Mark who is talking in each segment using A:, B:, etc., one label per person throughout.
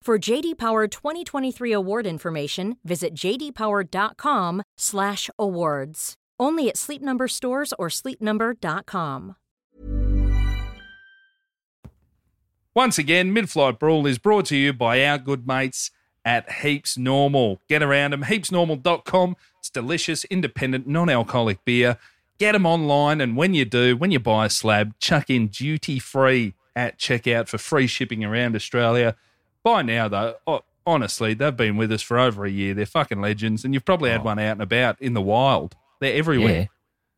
A: For JD Power 2023 award information, visit jdpower.com/awards. Only at Sleep Number stores or sleepnumber.com.
B: Once again, Mid Flight Brawl is brought to you by our good mates at Heaps Normal. Get around them, heapsnormal.com. It's delicious, independent, non alcoholic beer. Get them online, and when you do, when you buy a slab, chuck in duty free at checkout for free shipping around Australia. By now, though, oh, honestly, they've been with us for over a year. They're fucking legends, and you've probably had one out and about in the wild. They're everywhere.
C: Yeah,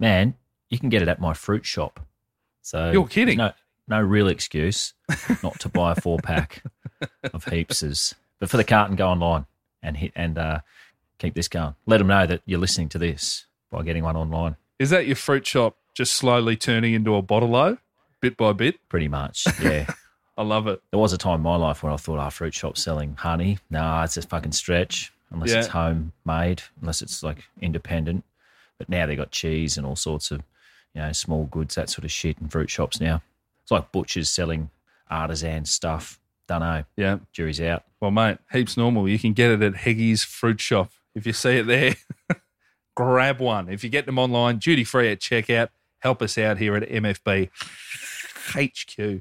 C: man, you can get it at my fruit shop. So
B: You're kidding.
C: No, no real excuse not to buy a four pack of heapses, but for the carton, go online and hit and uh, keep this going. Let them know that you're listening to this by getting one online.
B: Is that your fruit shop just slowly turning into a bottle o, bit by bit?
C: Pretty much, yeah.
B: I love it.
C: there was a time in my life when I thought, "Our fruit shop selling honey? Nah, it's a fucking stretch. Unless it's
B: Yeah.
C: homemade, unless it's like independent." But now they got cheese and all sorts of, you know, small goods that sort of shit in fruit shops now. It's like butchers selling artisan stuff. Don't know.
B: Yeah.
C: Jury's out.
B: Well, mate, heaps normal. You can get it at Heggy's Fruit Shop. If you see it there, grab one. If you get them online, duty free at checkout. Help us out here at MFB HQ.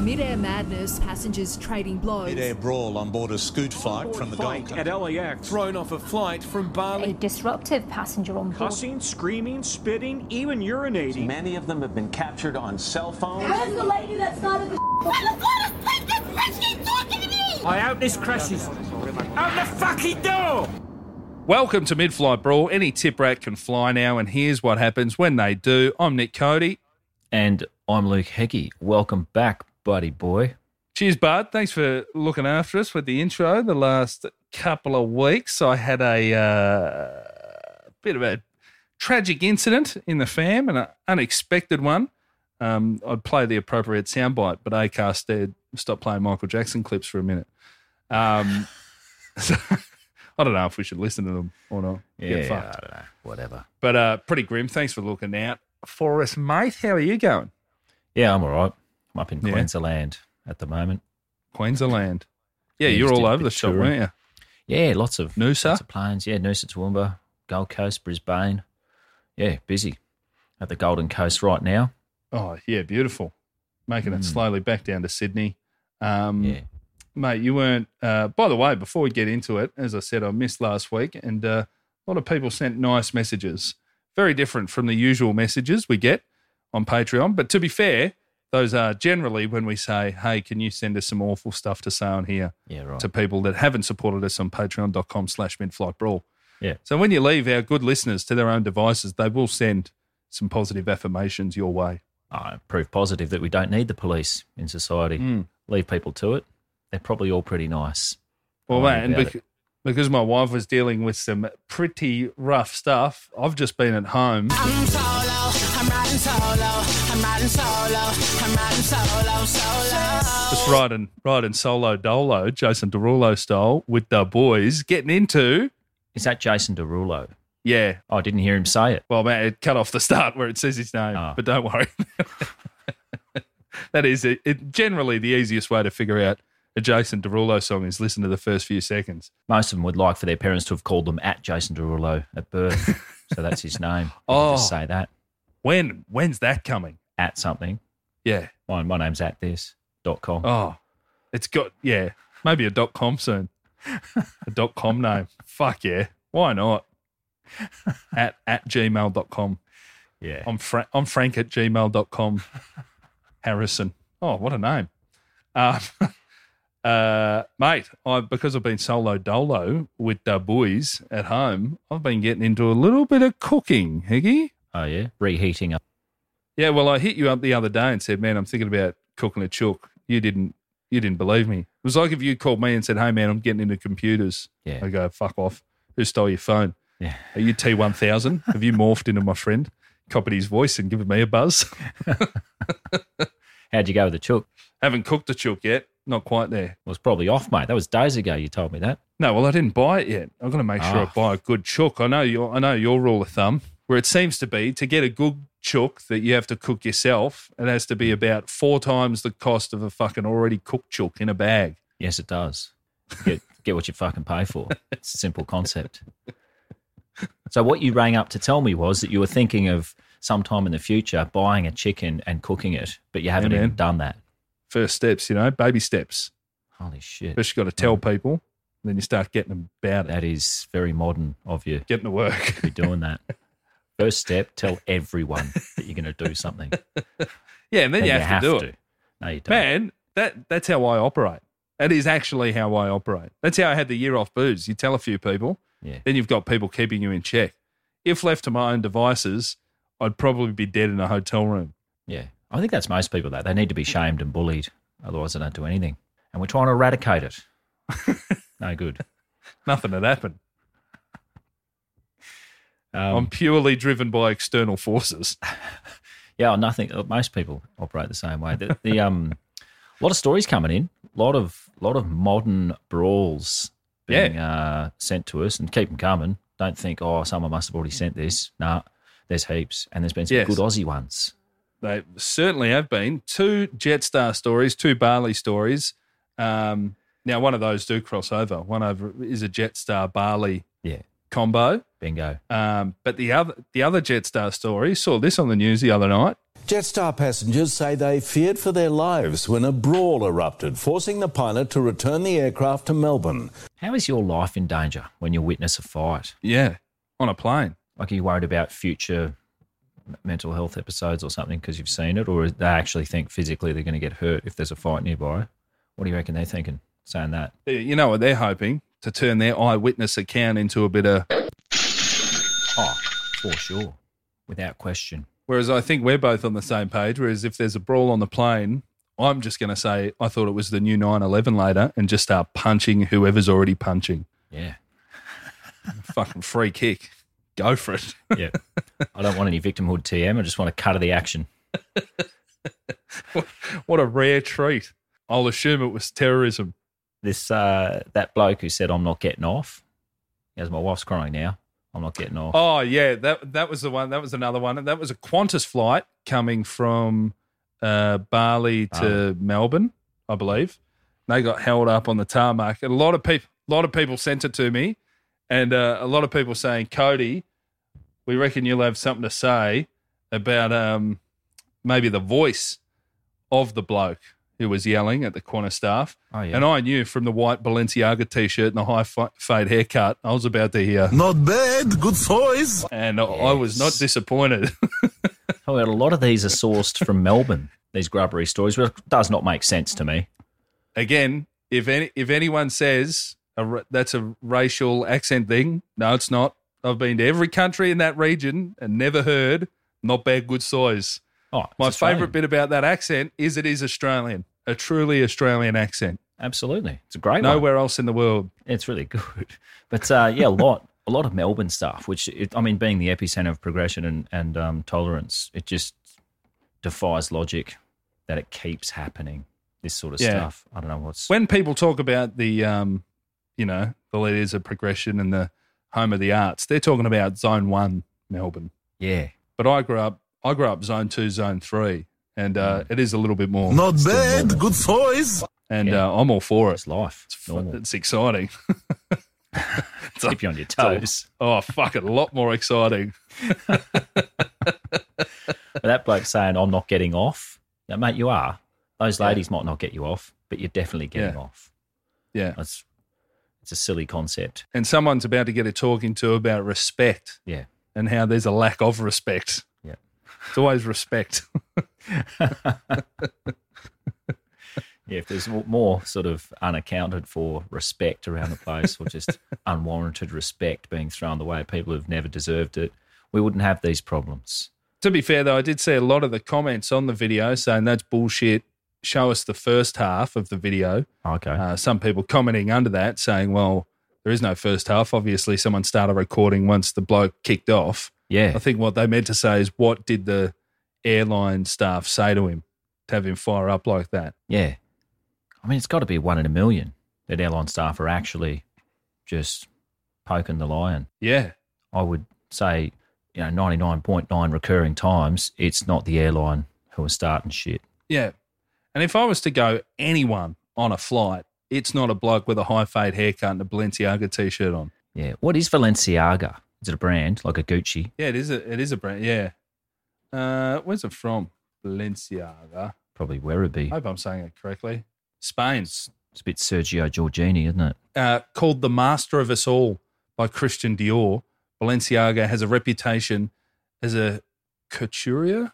D: Mid-air madness, passengers trading blows.
E: Mid-air brawl on board a scoot flight from the Gold
F: Fight
E: Coast.
F: at LAX.
G: thrown off a flight from
H: a
G: Bali.
H: disruptive passenger on board.
F: Cussing, screaming, spitting, even urinating.
I: Many of them have been captured on cell phones.
J: Where's the lady that started the
G: I hope this crashes. Out the fucking door!
B: Welcome to Mid Flight Brawl. Any tip rat can fly now, and here's what happens when they do. I'm Nick Cody.
C: And I'm Luke Heggie. Welcome back, buddy boy.
B: Cheers, bud. Thanks for looking after us with the intro the last couple of weeks. I had a uh, bit of a tragic incident in the fam, an unexpected one. Um, I'd play the appropriate soundbite, but ACAST said, stop playing Michael Jackson clips for a minute. Um, so, I don't know if we should listen to them or not. Get fucked.
C: I don't know. Whatever.
B: But uh, pretty grim. Thanks for looking out for us, mate. How are you going?
C: Yeah, I'm all right. I'm up in
B: Yeah.
C: Queensland at the moment.
B: Queensland. Yeah,
C: Yeah,
B: you're
C: just
B: all
C: did a
B: over
C: bit eh?
B: the shop,
C: touring.
B: weren't you?
C: Yeah, lots of
B: Noosa?
C: lots of planes. Yeah, Noosa, Toowoomba, Gold Coast, Brisbane. Yeah, busy at the Golden Coast right now.
B: Oh yeah, beautiful. Making it
C: Mm.
B: slowly back down to Sydney. Um,
C: Yeah,
B: Mate, you weren't. Uh, by the way, before we get into it, as I said, I missed last week, and uh, a lot of people sent nice messages. Very different from the usual messages we get on Patreon. But to be fair, those are generally when we say, "Hey, can you send us some awful stuff to say on here?"
C: yeah, right.
B: to people that haven't supported us on patreon.com slash midflightbrawl.
C: Yeah.
B: So when you leave our good listeners to their own devices, they will send some positive affirmations your way.
C: I prove positive that we don't need the police in society.
B: Mm.
C: Leave people to it. They're probably all pretty nice.
B: Well,
C: Don't worry
B: mate, and
C: about
B: bec-
C: it.
B: because my wife was dealing with some pretty rough stuff, I've just been at home. Just riding, riding solo dolo, Jason Derulo style, with the boys, getting into,
C: Is that Jason Derulo?
B: yeah.
C: Oh, I didn't hear him say it.
B: Well, man, it cut off the start where it says his name,
C: Ah.
B: but don't worry. that is it, it- generally the easiest way to figure out a Jason Derulo song is listen to the first few seconds.
C: Most of them would like for their parents to have called them at Jason Derulo at birth. so that's his name. You can
B: Oh.
C: just say that
B: When when's that coming?
C: at something.
B: Yeah.
C: My, my name's at this dot com.
B: Oh, it's got yeah. Maybe a dot com soon. a dot com name. Fuck yeah. Why not? at, at gmail.com.
C: Yeah.
B: I'm, Fra- I'm frank at gmail.com. Harrison. Oh, what a name. Um, uh, mate, I, because I've been solo dolo with the boys at home, I've been getting into a little bit of cooking, Higgy.
C: Oh yeah. Reheating up.
B: Yeah, well, I hit you up the other day and said, "Man, I'm thinking about cooking a chook." You didn't, you didn't believe me. It was like if you called me and said, "Hey, man, I'm getting into computers."
C: Yeah.
B: I go, "Fuck off! Who stole your phone?
C: Yeah.
B: Are you T1000? Have you morphed into my friend?" Copied his voice and given me a buzz.
C: How'd you go with the chook?
B: Haven't cooked a chook yet. Not quite there.
C: Well, it's probably off, mate. That was days ago. You told me that.
B: No, well, I didn't buy it yet. I'm going to make sure I
C: Ah.
B: buy a good chook. I know your, I know your rule of thumb, where it seems to be to get a good chook that you have to cook yourself, it has to be about four times the cost of a fucking already cooked chook in a bag.
C: Yes, it does. Get get what you fucking pay for. It's a simple concept. So what you rang up to tell me was that you were thinking of sometime in the future buying a chicken and cooking it, but you haven't
B: Yeah,
C: even
B: man.
C: done that.
B: First steps, you know, baby steps.
C: Holy shit.
B: First, you got to tell people, and then you start getting them about it,
C: That is very modern of you
B: getting to work.
C: to be doing that. First step, tell everyone that you're going to do something.
B: yeah, and then
C: Then
B: you have, to do it.
C: No, you don't.
B: Man, that, that's how I operate. That is actually how I operate. That's how I had the year off booze. You tell a few people,
C: Yeah.
B: then you've got people keeping you in check. If left to my own devices, I'd probably be dead in a hotel room.
C: Yeah. I think that's most people, though. They need to be shamed and bullied. Otherwise, they don't do anything. And we're trying to eradicate it. no good.
B: Nothing had happened.
C: Um,
B: I'm purely driven by external forces.
C: Yeah, nothing. Most people operate the same way. The, the um, a lot of stories coming in. A lot of lot of modern brawls being uh, sent to us, and keep them coming. Don't think, oh, someone must have already sent this. Nah, there's heaps, and there's been some
B: Yes.
C: good Aussie ones.
B: They certainly have been. Two Jetstar stories, two Barley stories. Um, now, one of those do cross over. One over is a Jetstar Barley
C: Yeah,
B: combo.
C: bingo.
B: Um, but the other, the other Jetstar story saw this on the news the other night.
J: Jetstar passengers say they feared for their lives when a brawl erupted, forcing the pilot to return the aircraft to Melbourne.
C: How is your life in danger when you witness a fight?
B: Yeah, on a plane.
C: Like, are you worried about future m- mental health episodes or something because you've seen it, or they actually think physically they're going to get hurt if there's a fight nearby? What do you reckon they're thinking? Saying that.
B: You know what they're hoping to turn their eyewitness account into a bit of
C: Oh, for sure. Without question.
B: Whereas I think we're both on the same page. Whereas if there's a brawl on the plane, I'm just going to say I thought it was the new 911 later and just start punching whoever's already punching.
C: Yeah.
B: Fucking free kick. Go for it.
C: Yeah. I don't want any victimhood TM. I just want to cut of the action.
B: what a rare treat. I'll assume it was terrorism.
C: This uh that bloke who said I'm not getting off. He goes, My wife's crying now. I'm not getting off.
B: Oh yeah, that that was the one. That was another one. And that was a Qantas flight coming from uh, Bali
C: Ah.
B: to Melbourne, I believe. They got held up on the tarmac, and a lot of people, a lot of people sent it to me, and uh, a lot of people saying, "Cody, we reckon you'll have something to say about um, maybe the voice of the bloke who was yelling at the Qantas staff."
C: Oh, yeah.
B: And I knew from the white Balenciaga t-shirt and the high f- fade haircut, I was about to hear
J: Not bad, good choice.
B: and I I was not
C: Yes.
B: disappointed.
C: Oh, and a lot of these are sourced from Melbourne, these grubbery stories, which does not make sense to me.
B: Again, if any, if anyone says a, ra- that's a racial accent thing, no, it's not. I've been to every country in that region and never heard not bad good size.
C: Oh, it's
B: My
C: Australian.
B: favourite bit about that accent is it is Australian, a truly Australian accent.
C: Absolutely. It's a great one.
B: Nowhere else in the world.
C: It's really good. But uh, yeah, a lot, a lot of Melbourne stuff. Which it, I mean, being the epicenter of progression and and um, tolerance, it just defies logic that it keeps happening. This sort of
B: Yeah.
C: stuff. I don't know what's.
B: When people talk about the, um, you know, the leaders of progression and the home of the arts, they're talking about Zone One, Melbourne.
C: yeah,
B: but I grew up I grew up zone two, zone three, and uh,
C: Mm.
B: it is a little bit
J: Oh,
B: more.
J: bad, good choice.
B: and
C: Yeah.
B: uh, I'm all for it.
C: it's life.
B: It's,
C: It's
B: fu-
C: normal.
B: it's exciting.
C: Keep you on your toes.
B: Oh, fuck it, a lot more exciting.
C: But that bloke saying, "I'm not getting off." Yeah, mate, you are. Those ladies might not get you off, but you're definitely getting
B: Yeah.
C: off.
B: Yeah,
C: That's it's it's a silly concept.
B: And someone's about to get a talking to about respect
C: Yeah.
B: and how there's a lack of respect.
C: Yeah.
B: It's always respect.
C: Yeah, if there's mo- more sort of unaccounted for respect around the place or just unwarranted respect being thrown the way of people who've never deserved it, we wouldn't have these problems.
B: to be fair, though, I did see a lot of the comments on the video saying that's bullshit. Show us the first half of the video.
C: Oh, Okay.
B: Uh, some people commenting under that saying, well, there is no first half. Obviously, someone started recording once the bloke kicked off.
C: yeah.
B: I think what they meant to say is, what did the airline staff say to him to have him fire up like that?
C: yeah. I mean, it's got to be one in a million that airline staff are actually just poking the lion.
B: Yeah.
C: I would say, you know, 99.9 recurring times, it's not the airline who are starting shit.
B: Yeah. And if I was to go anyone on a flight, it's not a bloke with a high fade haircut and a Balenciaga t shirt on.
C: Yeah. What is Valenciaga? Is it a brand like a Gucci?
B: Yeah, it is a it is a brand. Yeah. Uh, where's it from? Balenciaga.
C: Probably where it be.
B: I hope I'm saying it correctly. Spain.
C: It's a bit Sergio Giorgini, isn't it?
B: Uh, called The Master of Us All by Christian Dior. Balenciaga has a reputation as a couturier.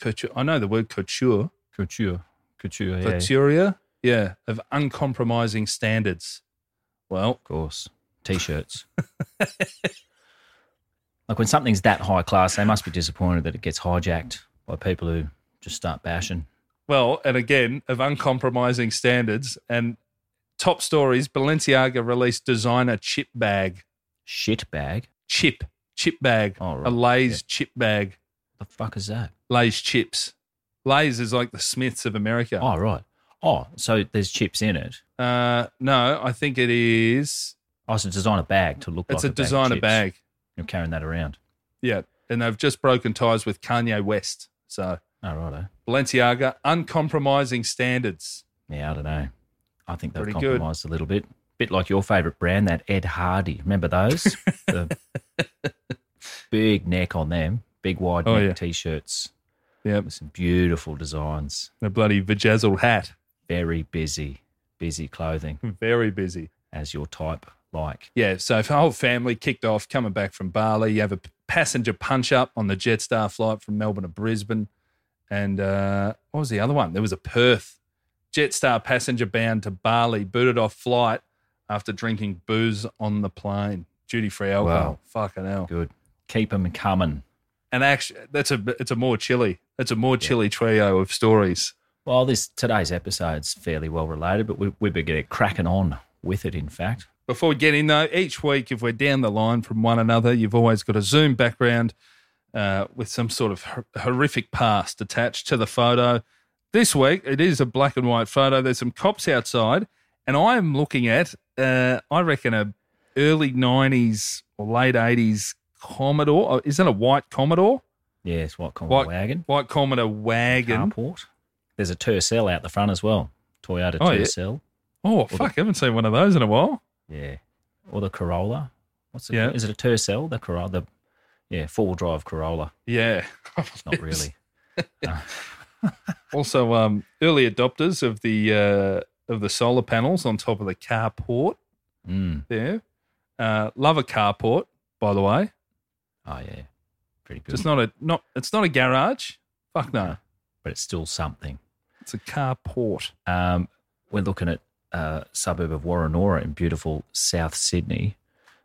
B: Couture. I know the word couture.
C: Couture. Couture, yeah.
B: Couturier. Yeah. Of uncompromising standards. Well,
C: Of course. T shirts. like when something's that high class, they must be disappointed that it gets hijacked by people who just start bashing.
B: Well, and again, of uncompromising standards and top stories, Balenciaga released designer chip bag.
C: Shit bag.
B: Chip. Chip bag.
C: Oh, right.
B: A Lay's chip bag.
C: The fuck is that?
B: Lay's chips. Lay's is like the Smiths of America.
C: Oh, right. Oh, so there's chips in it.
B: Uh, no, I think it is.
C: Oh, it's a designer bag to look
B: It's
C: like
B: a designer
C: bag. of chips.
B: bag.
C: You're carrying that around.
B: Yeah. And they've just broken ties with Kanye West. So
C: Oh, righto.
B: Balenciaga, uncompromising standards.
C: Yeah, I don't know. I think they've
B: Pretty good.
C: compromised a little bit. Bit like your favourite brand, that Ed Hardy. Remember those? the big neck on them, big wide
B: Oh,
C: neck
B: yeah.
C: t-shirts
B: Yep.
C: with some beautiful designs.
B: And a bloody vajazzled hat.
C: Very busy, busy clothing
B: Very busy.
C: as your type like.
B: Yeah, so if the whole family kicked off coming back from Bali, you have a p- passenger punch up on the Jetstar flight from Melbourne to Brisbane. And uh, what was the other one? There was a Perth Jetstar passenger bound to Bali, booted off flight after drinking booze on the plane. Duty free alcohol. Fucking hell.
C: Good. Keep them coming.
B: And actually, that's a it's a more chilly, it's a more chilly trio of stories.
C: Well, this today's episode's fairly well related, but we, we better get cracking on with it, in fact.
B: Before we get in though, each week if we're down the line from one another, you've always got a Zoom background uh, with some sort of hor- horrific past attached to the photo. This week it is a black and white photo. There's some cops outside, and I am looking at uh, I reckon a early '90s or late '80s Commodore. Oh, Is that a white Commodore?
C: Yes, what kind
B: White
C: of wagon?
B: White Commodore wagon.
C: Carport. There's a Tercel out the front as well. Toyota
B: Oh, yeah.
C: Tercel.
B: Oh fuck! I haven't seen one of those in a while.
C: Yeah. Or the Corolla. What's it?
B: Yeah.
C: Is it a Tercel? The Corolla. The, yeah, four wheel drive Corolla.
B: Yeah,
C: It's not really.
B: Also, um, early adopters of the uh, of the solar panels on top of the carport
C: Mm.
B: there. Uh, love a carport, by the way.
C: Oh yeah, pretty good.
B: Just not a not. It's not a garage. Fuck no.
C: but it's still something.
B: It's a carport.
C: Um, we're looking at uh, suburb of Warrenora in beautiful South Sydney.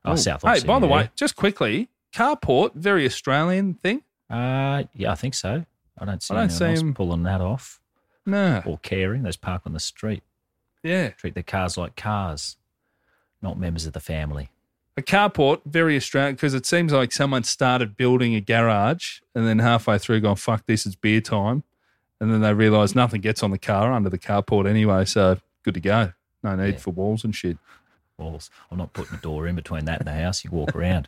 C: Oh,
B: Ooh.
C: South. of
B: Hey, by the
C: Sydney,
B: way, just quickly, carport, very Australian thing.
C: yeah. Uh, yeah, I think so. I don't see
B: I don't
C: anyone
B: see
C: else
B: him-
C: pulling that off
B: No.
C: or caring. Those park on the street.
B: Yeah.
C: Treat their cars like cars, not members of the family.
B: A carport, very Australian, because it seems like someone started building a garage and then halfway through gone, fuck this, it's beer time. And then they realise nothing gets on the car under the carport anyway, so good to go. No need for walls and shit.
C: walls. I'm not putting a door in between that and the house. You walk around.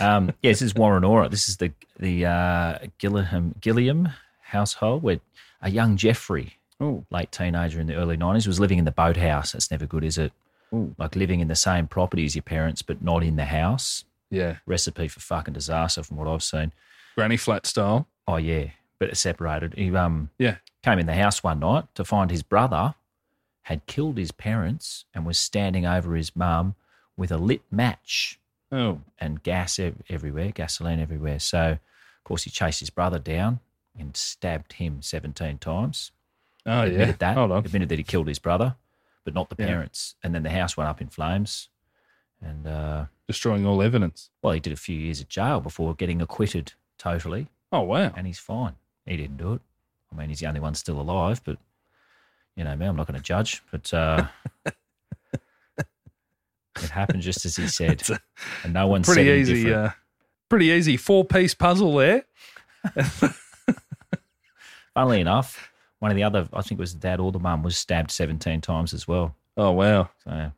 C: Um, yeah, this is Warrenora. This is the the uh, Gilliam Gilliam household where a young Jeffrey,
B: Oh.
C: late teenager in the early nineties, was living in the boathouse. That's never good, is it? Like living in the same property as your parents, but not in the house.
B: Yeah.
C: Recipe for fucking disaster, from what I've seen.
B: Granny flat style.
C: Oh yeah, but it's separated. He um
B: Yeah.
C: came in the house one night to find his brother had killed his parents and was standing over his mum with a lit match
B: Oh,
C: and gas ev- everywhere, gasoline everywhere. So, of course, he chased his brother down and stabbed him 17 times.
B: oh yeah.
C: admitted that.
B: Hold on.
C: Admitted that he killed his brother, but not the
B: Yeah.
C: parents. And then the house went up in flames. And, uh,
B: Destroying all evidence.
C: well, he did a few years of jail before getting acquitted totally,
B: Oh wow.
C: and he's fine. He didn't do it. I mean, he's the only one still alive, but, you know, me, I'm not going to judge. But uh, it happened just as he said.
B: It's a-
C: And no one
B: pretty
C: said any
B: easy.
C: different.
B: Uh, pretty easy four piece puzzle there.
C: Funnily enough, one of the other, I think it was the dad or the mum, was stabbed 17 times as well.
B: Oh wow.
C: So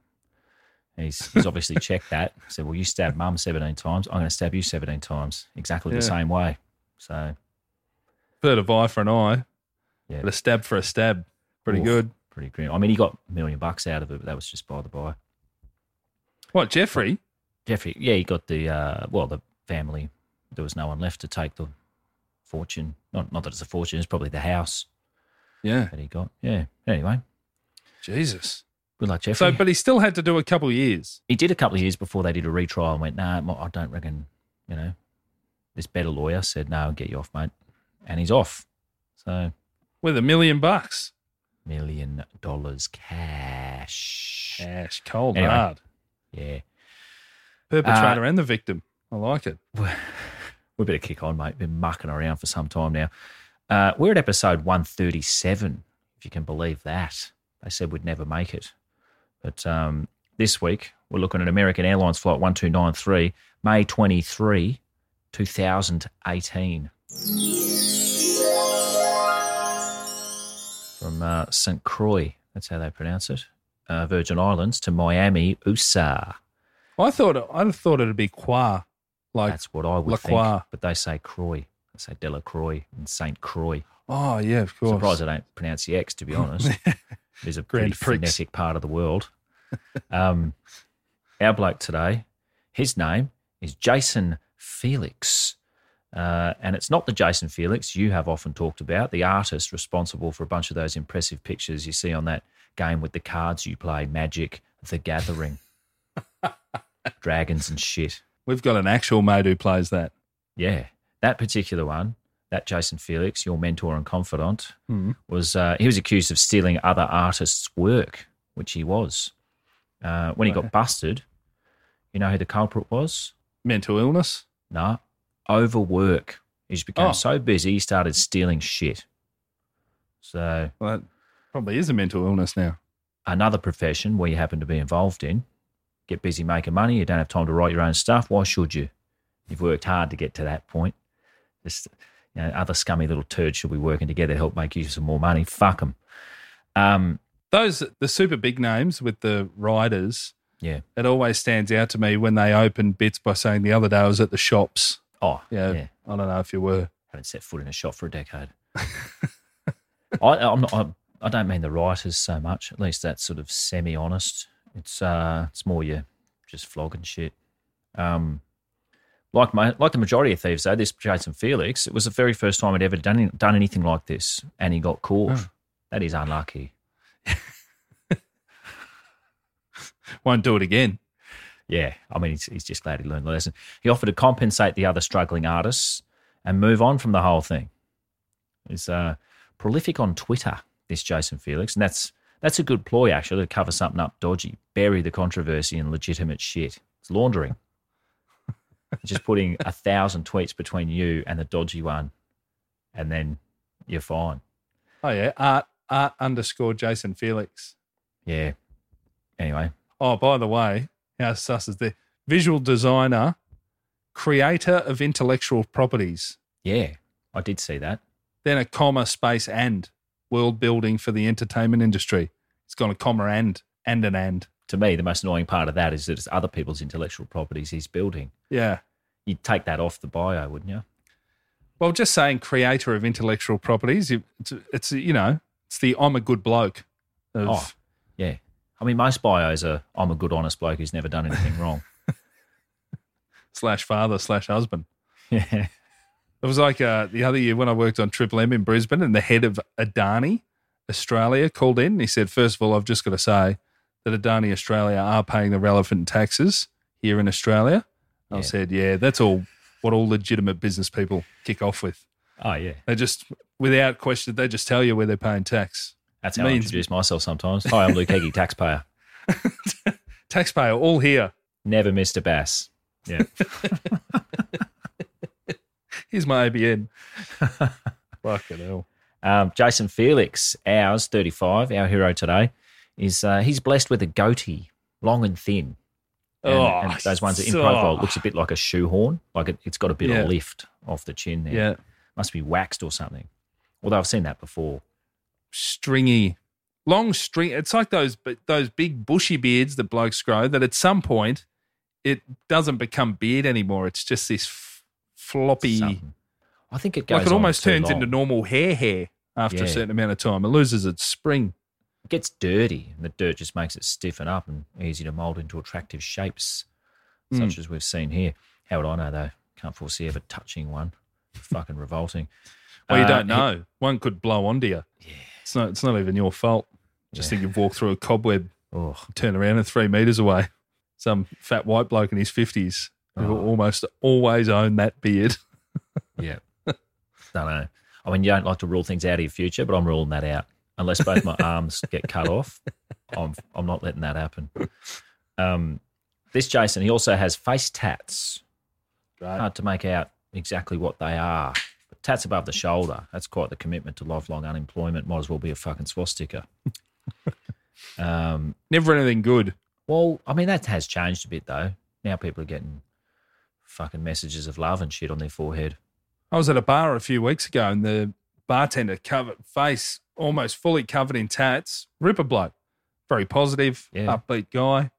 C: he's, he's obviously checked that. Said, well, you stabbed mum 17 times. I'm going to stab you 17 times exactly the
B: Yeah.
C: same way. So,
B: Third of eye for an eye,
C: yeah,
B: but a stab for a stab. Pretty
C: Oof.
B: good.
C: pretty grim. I mean, he got a million bucks out of it, but that was just by the by.
B: What Jeffrey?
C: Jeffrey, yeah, he got the, uh, well, the family, there was no one left to take the fortune. Not, not that it's a fortune, it's probably the house
B: Yeah.
C: that he got. Yeah. Anyway,
B: Jesus.
C: good luck, Jeffrey.
B: So, but he still had to do a couple of years.
C: he did a couple of years before they did a retrial and went, no, nah, I don't reckon, you know, this better lawyer said, no, I'll get you off, mate. And he's off. So,
B: with a million bucks.
C: million dollars cash.
B: Cash, cold,
C: Anyway.
B: hard.
C: Yeah. Uh,
B: Perpetrator and the victim. I like it.
C: We better kick on, mate. Been mucking around for some time now. Uh, we're at episode 137, if you can believe that. They said we'd never make it. But um, this week, we're looking at American Airlines Flight 1293, May 23, 2018. From uh, St. Croix, that's how they pronounce it, uh, Virgin Islands, to Miami, USA.
B: I thought I thought it'd be qua, like
C: That's what I would
B: La
C: think.
B: Croix.
C: But they say Croix. They say Delacroix and St. Croix.
B: oh yeah, of course.
C: Surprised I don't pronounce the X, to be honest. It's a pretty
B: Grand Prix.
C: phonetic part of the world. Um, our bloke today, his name is Jason Felix. Uh, and it's not the Jason Felix you have often talked about, the artist responsible for a bunch of those impressive pictures you see on that game with the cards you play, Magic, The Gathering, Dragons and shit.
B: We've got an actual mate who plays that.
C: Yeah, that particular one, that Jason Felix, your mentor and confidant, was uh, he was accused of stealing other artists' work, which he was. Uh, when he got busted, you know who the culprit was?
B: Mental illness.
C: Nah, overwork. He just became
B: Oh.
C: so busy, he started stealing shit. So
B: Well, that probably is a mental illness now.
C: another profession where you happen to be involved in, get busy making money. You don't have time to write your own stuff. Why should you? You've worked hard to get to that point. Just you know, other scummy little turds should be working together to help make you some more money. Fuck them. Um,
B: Those the super big names with the riders.
C: yeah.
B: It always stands out to me when they open bits by saying the other day I was at the shops.
C: Oh,
B: Yeah,
C: yeah.
B: I don't know if you were.
C: haven't set foot in a shop for a decade. I, I'm not, I, I don't mean the writers so much. At least that's sort of semi-honest. It's uh, it's more you just flogging shit. Um, like my like the majority of thieves though, this Jason Felix, it was the very first time he'd ever done done anything like this, and he got caught. That is unlucky.
B: Won't do it again.
C: Yeah, I mean, he's, he's just glad he learned the lesson. He offered to compensate the other struggling artists and move on from the whole thing. He's uh, prolific on Twitter, this Jason Felix, and that's that's a good ploy actually to cover something up dodgy, bury the controversy in legitimate shit. It's laundering. just putting a thousand tweets between you and the dodgy one, and then you're fine.
B: Oh yeah, art art underscore Jason Felix.
C: Yeah. Anyway,
B: Oh, by the way, how sus is the visual designer, creator of intellectual properties,
C: yeah, I did see that.
B: then a comma space and world building for the entertainment industry. It's got a comma and and an and.
C: To me, the most annoying part of that is that it's other people's intellectual properties he's building.
B: Yeah.
C: you'd take that off the bio, wouldn't you?
B: Well, just saying creator of intellectual properties, you- it's, it's you know, it's the I'm a good bloke of
C: Oh. Yeah. I mean, most bios are I'm a good, honest bloke who's never done anything wrong.
B: slash father slash husband.
C: yeah.
B: It was like uh, the other year when I worked on Triple M in Brisbane and the head of Adani, Australia called in and he said, first of all, I've just got to say that Adani Australia are paying the relevant taxes here in Australia. I
C: Yeah.
B: said, yeah, that's all what all legitimate business people kick off with.
C: Oh yeah,
B: They just, without question, they just tell you where they're paying tax.
C: that's how I
B: Means-
C: introduce myself sometimes. Hi, I'm Luke Heggie, taxpayer.
B: Taxpayer, all here.
C: Never missed a bass. Yeah,
B: Here's my ABN. Fucking hell.
C: um, Jason Felix, ours 35, our hero today, is uh, he's blessed with a goatee, long and thin. And, and those ones that in
B: Oh, so-
C: profile it looks a bit like a shoehorn, like it, it's got a bit
B: Yeah.
C: of lift off the chin there.
B: Yeah.
C: must be waxed or something. Although I've seen that before.
B: stringy, long string. It's like those but those big bushy beards that blokes grow. That at some point, it doesn't become beard anymore. It's just this f- floppy.
C: Something. I think it goes
B: Like it
C: on
B: almost
C: too
B: turns
C: long.
B: into normal hair hair after a
C: Yeah.
B: certain amount of time. It loses its spring.
C: It gets dirty, and the dirt just makes it stiffen up and easy to mold into attractive shapes,
B: Hmm.
C: such as we've seen here. How would I know though? Can't foresee ever touching one. Fucking revolting.
B: Well, you
C: Uh,
B: don't know. One could blow onto you. Yeah. It's not. It's not even your fault. Just think you've walked through a cobweb,
C: Oh,
B: turn around and three meters away. Some fat white bloke in his fifties who
C: Oh.
B: almost always owned that beard.
C: yeah. don't know. I mean, you don't like to rule things out of your future, but I'm ruling that out. Unless both my arms get cut off, I'm I'm not letting that happen. Um, this Jason, he also has face tats. Hard to make out exactly what they are. But tats above the shoulder. That's quite the commitment to lifelong unemployment. Might as well be a fucking swastika. um,
B: Never anything good.
C: well, I mean that has changed a bit though. Now people are getting fucking messages of love and shit on their forehead.
B: I was at a bar a few weeks ago and the bartender covered face almost fully covered in tats. Ripper bloke. Very positive,
C: Yeah.
B: upbeat guy.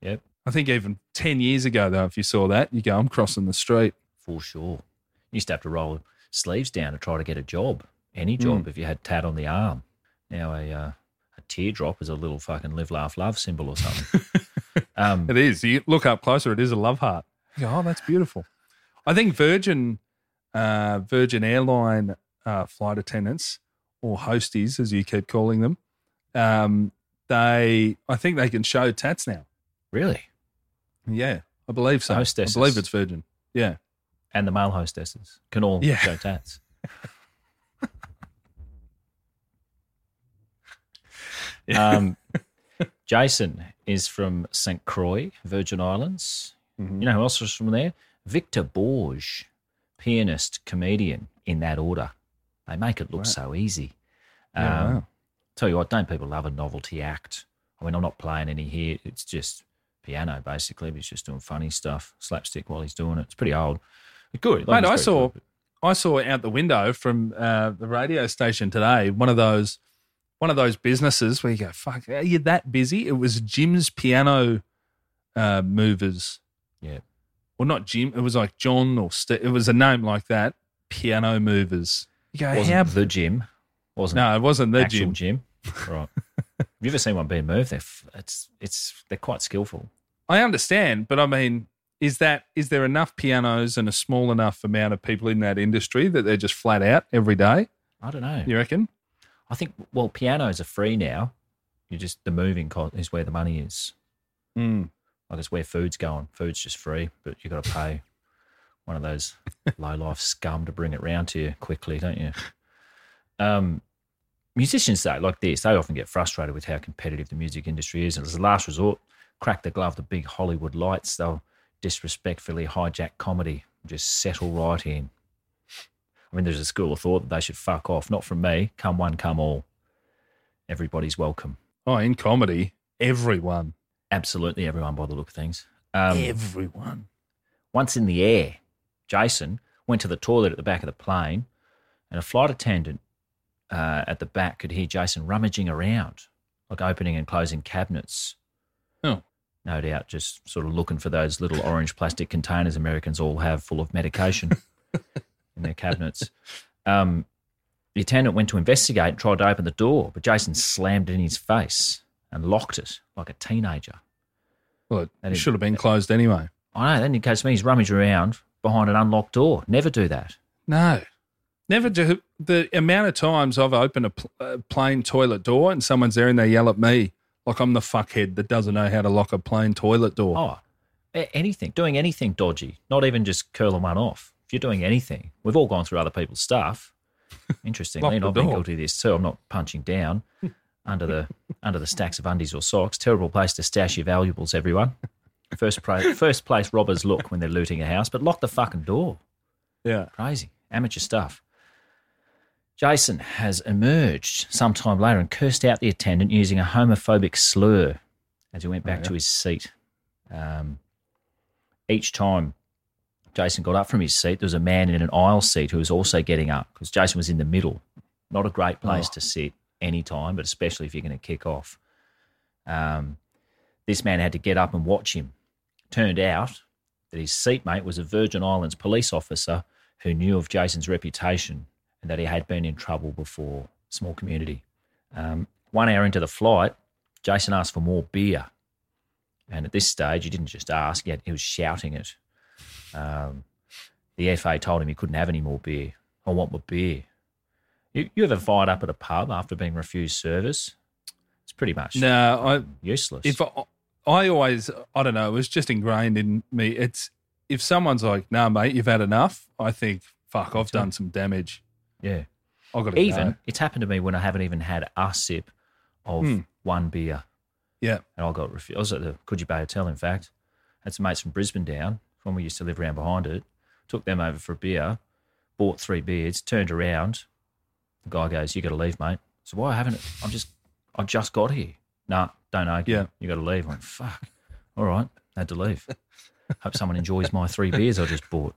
C: Yep.
B: I think even 10 years ago, though, if you saw that, you go, I'm crossing the street.
C: For sure. You used to have to roll sleeves down to try to get a job, any job, if you had tat on the arm. Now a uh, a teardrop is a little fucking live, laugh, love symbol or something. um,
B: It is. You look up closer, it is a love heart. You go, oh, that's beautiful. I think Virgin, uh, Virgin Airline uh, flight attendants or hosties, as you keep calling them, um, they, I think they can show tats now.
C: really?
B: Yeah, I believe so.
C: Hostesses.
B: I believe it's Virgin. Yeah.
C: And the male hostesses can all
B: Yeah.
C: show tats. um, Jason is from St. Croix, Virgin Islands.
B: Mm-hmm.
C: You know who else was from there? Victor Borge, pianist, comedian, in that order. They make it look so easy.
B: Yeah,
C: um,
B: wow.
C: Tell you what, don't people love a novelty act? I mean, I'm not playing any here. It's just piano, basically, but he's just doing funny stuff, slapstick while he's doing it. It's pretty old. But good. like,
B: Mate,
C: it's
B: I
C: very
B: saw,
C: good.
B: I saw out the window from uh, the radio station today one of those, one of those businesses where you go, fuck, are you that busy? It was Jim's Piano uh, Movers.
C: Yeah.
B: Well, not Jim. It was like John or St- it was a name like that. Piano Movers. You go,
C: Wasn't
B: how?
C: the gym. Wasn't
B: no, it wasn't the
C: actual
B: Jim.
C: gym. Right. Have you ever seen one being moved? They're f- it's it's they're quite skillful.
B: I understand, but I mean, is that is there enough pianos and a small enough amount of people in that industry that they're just flat out every day?
C: I don't know.
B: You reckon?
C: I think well, pianos are free now. You just the moving cost is where the money is.
B: Mm.
C: Like it's where food's going. Food's just free, but you got to pay one of those low life scum to bring it round to you quickly, don't you? Um, musicians though, like this, they often get frustrated with how competitive the music industry is, and as a last resort, crack the glove to big Hollywood lights. They'll disrespectfully hijack comedy, and just settle right in. I mean, there's a school of thought that they should fuck off. Not from me. Come one, come all. Everybody's welcome.
B: Oh, in comedy, everyone,
C: Absolutely everyone by the look of things. Um,
B: everyone.
C: Once in the air, Jason went to the toilet at the back of the plane, and a flight attendant uh, at the back could hear Jason rummaging around, like opening and closing cabinets.
B: Oh.
C: No doubt, just sort of looking for those little orange plastic containers Americans all have full of medication in their cabinets. Um, the attendant went to investigate and tried to open the door, but Jason slammed it in his face and locked it like a teenager.
B: Well,
C: That
B: it
C: is-
B: should have been closed anyway.
C: I know. Then it goes to me. He's rummaged around behind an unlocked door. Never do that.
B: No, Never do. The amount of times I've opened a, pl- a plane toilet door and someone's there and they yell at me like I'm the fuckhead that doesn't know how to lock a plane toilet door.
C: Oh, a- anything, doing anything dodgy, not even just curling one off. If you're doing anything, we've all gone through other people's stuff. Interestingly,
B: Lock
C: and
B: the
C: I've been
B: door.
C: guilty of this too. I'm not punching down under the under the stacks of undies or socks. Terrible place to stash your valuables, everyone. First place, first place robbers look when they're looting a house, but lock the fucking door.
B: Yeah.
C: Crazy. Amateur stuff. Jason has emerged sometime later and cursed out the attendant using a homophobic slur as he went back to his seat. Um, each time Jason got up from his seat, there was a man in an aisle seat who was also getting up because Jason was in the middle. Not a great place to sit any time, but especially if you're going to kick off. Um, this man had to get up and watch him. Turned out that his seatmate was a Virgin Islands police officer who knew of Jason's reputation and that he had been in trouble before. Small community. Um, one hour into the flight, Jason asked for more beer. And at this stage, he didn't just ask, he, had, he was shouting it. Um, the FA told him he couldn't have any more beer. I want my beer. You, you ever fired up at a pub after being refused service? It's pretty much
B: No, I
C: useless.
B: if I, I always I don't know, it was just ingrained in me. It's if someone's like, "Nah, mate, you've had enough," I think, "Fuck, I've done some damage.
C: yeah.
B: I got to
C: Even it's happened to me when I haven't even had a sip of
B: Hmm.
C: one beer.
B: Yeah,
C: and I got refused. I was at the Coogee Bay Hotel, in fact. Had some mates from Brisbane down when we used to live around behind it. Took them over for a beer, bought three beers, turned around. The guy goes, "You got to leave, mate." So why haven't I'm just I just got here. Nah, don't argue.
B: Yeah.
C: You got to leave. I'm like, fuck. All right, had to leave. Hope someone enjoys my three beers I just bought.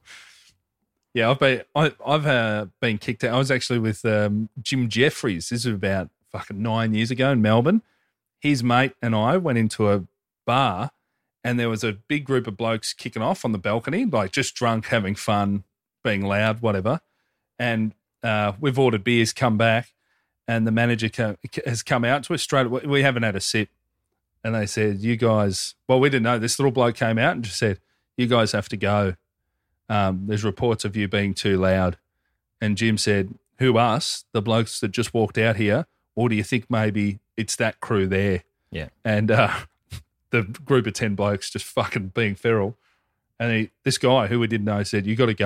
B: yeah. I've been I, I've uh, been kicked out. I was actually with um, Jim Jeffries. This is about fucking nine years ago in Melbourne. His mate and I went into a bar, and there was a big group of blokes kicking off on the balcony, like just drunk, having fun, being loud, whatever. And uh, we've ordered beers, come back, and the manager co- has come out to us straight away. We haven't had a sip. And they said, You guys, well, we didn't know. This little bloke came out and just said, You guys have to go. Um, there's reports of you being too loud. And Jim said, Who us? The blokes that just walked out here? Or do you think maybe it's that crew there?
C: Yeah.
B: And uh, the group of 10 blokes just fucking being feral. And he, this guy who we didn't know said, You got to go.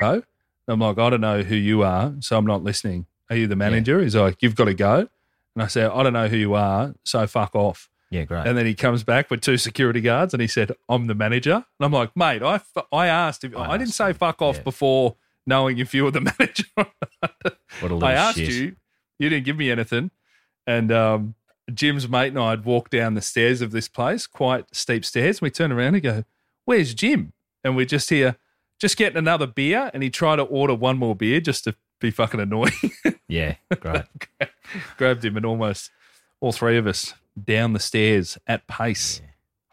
B: go. I'm like, I don't know who you are, so I'm not listening. Are you the manager? He's like, you've got to go. And I said, I don't know who you are, so fuck off.
C: Yeah, great.
B: And then he comes back with two security guards and he said, I'm the manager. And I'm like, mate, I, f- I asked if I,
C: I
B: didn't
C: asked
B: say
C: you,
B: fuck off
C: yeah.
B: before knowing if you were the manager. or not."
C: What a little
B: I asked
C: shit.
B: you, you didn't give me anything. And um, Jim's mate and I had walked down the stairs of this place, quite steep stairs. And we turn around and go, Where's Jim? And we just hear, just getting another beer. And he tried to order one more beer just to be fucking annoying.
C: Yeah, great.
B: Grabbed him and almost all three of us down the stairs at pace.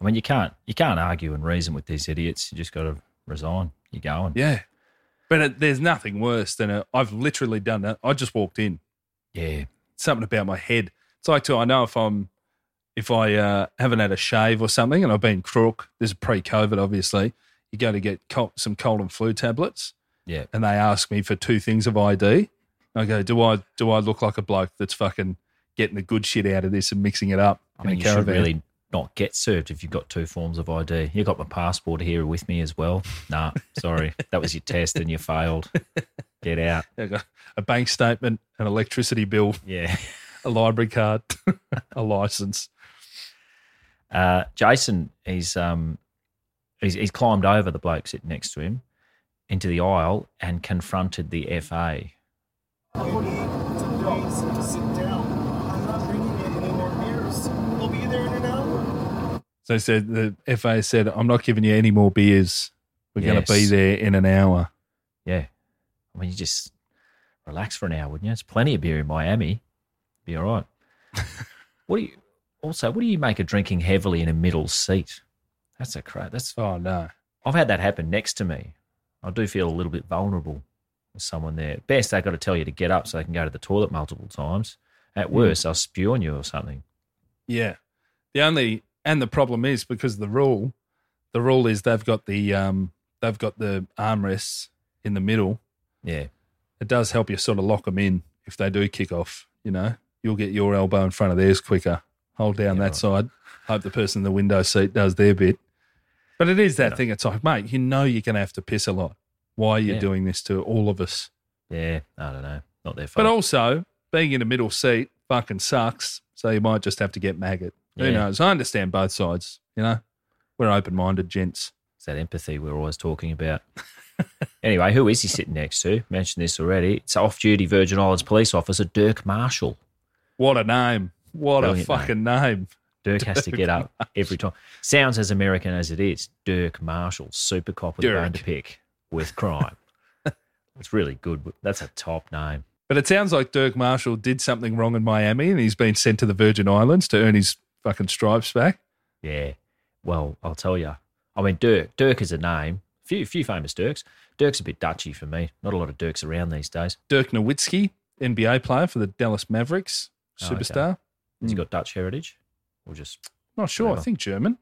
C: I mean, you can't you can't argue and reason with these idiots. You just got to resign. You're going.
B: Yeah. But it, there's nothing worse than a, I've literally done that. I just walked in.
C: Yeah.
B: something about my head. It's like too. I know if I'm if I uh, haven't had a shave or something, and I've been crook. This is pre-COVID, obviously. You go to get cold, some cold and flu tablets,
C: Yeah.
B: and they ask me for two things of ID. And I go, do I do I look like a bloke that's fucking getting the good shit out of this and mixing it up?
C: I
B: in a
C: mean, you should
B: caravan?
C: really not get served if you've got two forms of ID. You got my passport here with me as well. Nah, sorry, that was your test and you failed. Get out.
B: I go, a bank statement, an electricity bill,
C: Yeah.
B: a library card, a license.
C: Uh, Jason, he's um, he's, he's climbed over the bloke sitting next to him into the aisle and confronted the FA.
B: So he said the FA said, I'm not giving you any more beers. We're going to be
C: Yes.
B: there in an hour.
C: Yeah. I mean, you just relax for an hour, wouldn't you? It's plenty of beer in Miami. Be all right. what do you also? What do you make of drinking heavily in a middle seat? That's a crap. That's
B: Oh no.
C: I've had that happen next to me. I do feel a little bit vulnerable with someone there. At best, they've got to tell you to get up so they can go to the toilet multiple times. At worst, they'll spew on you or something.
B: Yeah. The only and the problem is because of the rule, the rule is they've got the um they've got the armrests in the middle.
C: Yeah.
B: It does help you sort of lock them in if they do kick off. You know, you'll get your elbow in front of theirs quicker. Hold down
C: Yeah,
B: that
C: right.
B: side. Hope the person in the window seat does their bit. But it is that
C: Yeah.
B: thing. It's like, mate, you know you're going to have to piss a lot. Why are you
C: Yeah.
B: doing this to all of us?
C: Yeah. I don't know. Not their fault.
B: But also, being in a middle seat fucking sucks. So you might just have to get maggot. Who
C: Yeah.
B: knows? I understand both sides. You know, we're open minded gents.
C: It's that empathy we're always talking about. anyway, who is he sitting next to? Mentioned this already. It's off duty Virgin Islands police officer Dirk Marshall.
B: What a name. What
C: Brilliant
B: a fucking name.
C: Dirk has to get up every time. Sounds as American as it is. Dirk Marshall, super cop with a bone
B: Dirk.
C: to pick with crime. it's really good. That's a top name.
B: But it sounds like Dirk Marshall did something wrong in Miami and he's been sent to the Virgin Islands to earn his fucking stripes back.
C: Yeah. Well, I'll tell you. I mean, Dirk. Dirk is a name. Few, few famous Dirks. Dirk's a bit Dutchy for me. Not a lot of Dirks around these days.
B: Dirk Nowitzki, NBA player for the Dallas Mavericks,
C: Oh, okay.
B: superstar.
C: Has he
B: Mm.
C: got Dutch heritage? Or just
B: Not sure. I
C: Whatever.
B: think German.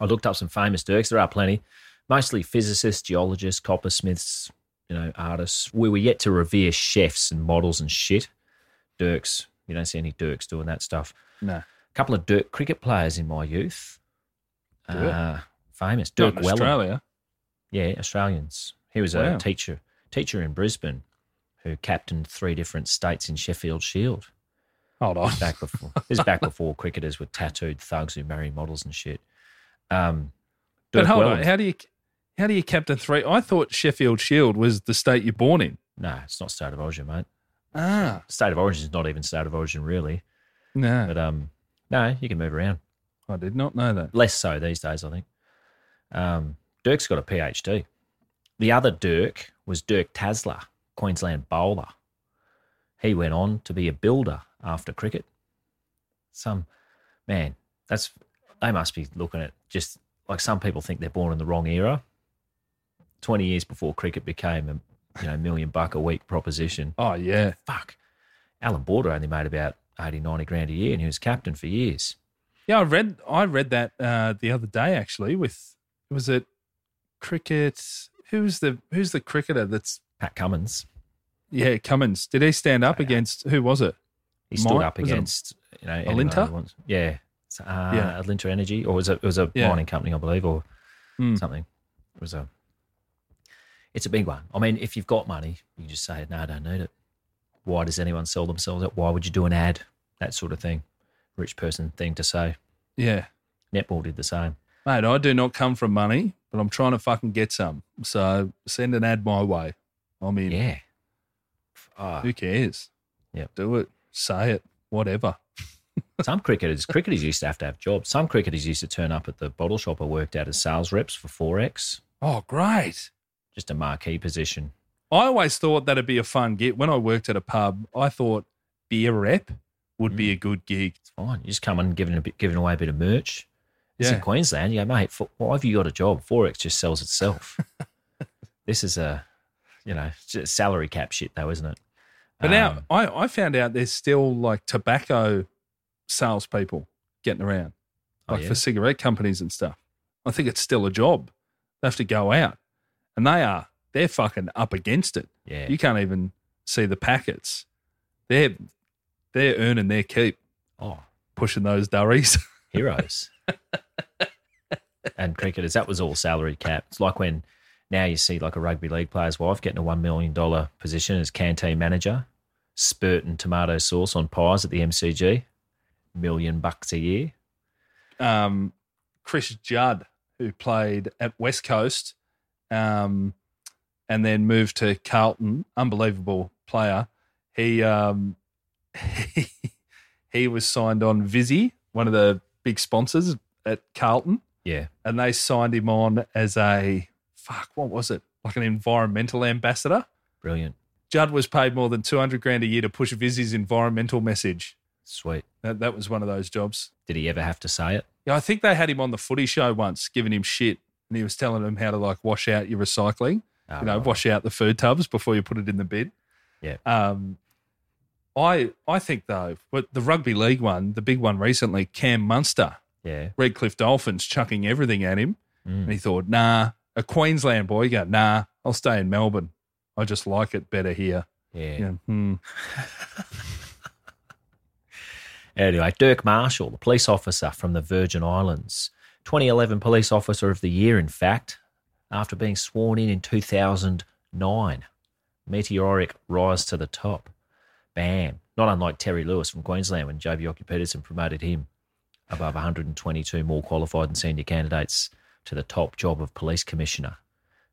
C: I looked up some famous Dirks. There are plenty, mostly physicists, geologists, coppersmiths, you know, artists. We were yet to revere chefs and models and shit. Dirks, you don't see any Dirks doing that stuff.
B: No.
C: A couple of Dirk cricket players in my youth.
B: Dirk?
C: Uh, famous
B: Not
C: Dirk
B: in
C: Wellham.
B: Australia.
C: Yeah, Australians. He was
B: Wow.
C: a teacher, teacher in Brisbane, who captained three different states in Sheffield Shield
B: Hold on.
C: back before this is back before cricketers were tattooed thugs who marry models and shit. Um,
B: But
C: Dirk
B: hold on,
C: Wellham-
B: how do you how do you captain three? I thought Sheffield Shield was the state you're born in.
C: no, it's not state of origin, mate.
B: Ah,
C: State of origin is not even state of origin, really.
B: no,
C: But um, no, you can move around.
B: I did not know that.
C: Less so these days, I think. Um, Dirk's got a PhD. The other Dirk was Dirk Tasler, Queensland bowler. He went on to be a builder after cricket. Some man, that's they must be looking at just like some people think they're born in the wrong era. Twenty years before cricket became a you know million buck a week proposition.
B: Oh yeah,
C: fuck, Alan Border only made about 80, 90 grand a year and he was captain for years.
B: yeah. I read I read that uh, the other day actually. With was it cricket? Who's the who's the cricketer that's
C: Pat Cummins,
B: yeah Cummins? Did he stand up against who was it?
C: he stood
B: Mine-
C: up
B: was it
C: against, you know,
B: Alinta?
C: anyone who wants- Yeah. It's, uh,
B: Yeah.
C: Alinta Energy, or was it, it was a
B: Yeah.
C: mining company, I believe, or
B: Hmm.
C: something. It was a, it's a big one. I mean, if you've got money, you just say, no, I don't need it. Why does anyone sell themselves out? Why would you do an ad? That sort of thing. Rich person thing to say.
B: Yeah,
C: Netball did the same.
B: mate. I do not come from money, but I'm trying to fucking get some. So send an ad my way. I mean,
C: Yeah. Ah.
B: who cares?
C: Yep.
B: do it. Say it. Whatever.
C: Some cricketers, cricketers used to have to have jobs. Some cricketers used to turn up at the bottle shop I worked at as sales reps for Forex,
B: Oh, great.
C: just a marquee position.
B: I always thought that'd be a fun gig. When I worked at a pub, I thought beer rep would
C: Mm.
B: be a good gig.
C: It's fine. You just come in and giving a bit, giving away a bit of merch. It's in
B: Yeah.
C: Queensland. You go, mate. For, why have you got a job? Forex just sells itself. this is a, you know, it's just salary cap shit though, isn't it?
B: But now
C: Um,
B: I, I found out there's still like tobacco salespeople getting around,
C: Oh,
B: like
C: yeah?
B: for cigarette companies and stuff. I think it's still a job. They have to go out, and they are they're fucking up against it.
C: yeah,
B: You can't even see the packets. They're they're earning their keep
C: oh,
B: pushing those durries.
C: heroes. and cricketers, that was all salary cap. It's like when now you see like a rugby league player's wife getting a one million dollar position as canteen manager, spurting tomato sauce on pies at the MCG, million bucks a year.
B: um, Chris Judd, who played at West Coast um, and then moved to Carlton. Unbelievable player. He um, he, was signed on Vizzy, one of the big sponsors at Carlton,
C: Yeah,
B: and they signed him on as a fuck, what was it? Like an environmental ambassador?
C: Brilliant.
B: Judd was paid more than 200 grand a year to push Vizzy's environmental message.
C: Sweet.
B: That, that was one of those jobs.
C: Did he ever have to say it?
B: Yeah, I think they had him on the footy show once, giving him shit, and he was telling him how to like wash out your recycling,
C: Ah,
B: you know,
C: right.
B: wash out the food tubs before you put it in the bin.
C: Yeah.
B: Um, I I think though, but the rugby league one, the big one recently, Cam Munster,
C: Um, Yeah.
B: Redcliffe Dolphins, chucking everything at him,
C: Mm.
B: and he thought, nah, a Queensland boy, he go, nah, I'll stay in Melbourne. I just like it better here.
C: Yeah.
B: Yeah. Hmm.
C: Anyway, Dirk Marshall, the police officer from the Virgin Islands, 2011 Police Officer of the Year, in fact, after being sworn in in 2009. Meteoric rise to the top. Bam. Not unlike Terry Lewis from Queensland when JB Peterson promoted him above 122 more qualified and senior candidates to the top job of police commissioner.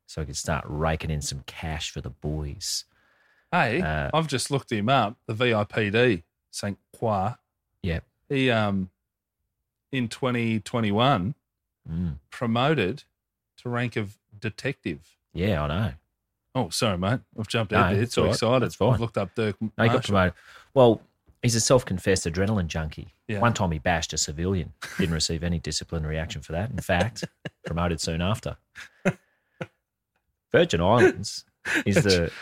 C: So he could start raking in some cash for the boys.
B: Hey,
C: Uh,
B: I've just looked him up. The VIPD Saint Croix.
C: Yep.
B: He um in 2021
C: Mm.
B: promoted to rank of detective.
C: Yeah, I know.
B: Oh, sorry, mate. I've jumped
C: No,
B: out there.
C: it's
B: Too
C: all right.
B: excited.
C: That's fine.
B: I've looked up Dirk
C: No, he got
B: Marshall.
C: promoted. Well, he's a self-confessed adrenaline junkie.
B: Yeah.
C: One time he bashed a civilian. Didn't receive any disciplinary action for that. In fact, promoted soon after. Virgin Islands is the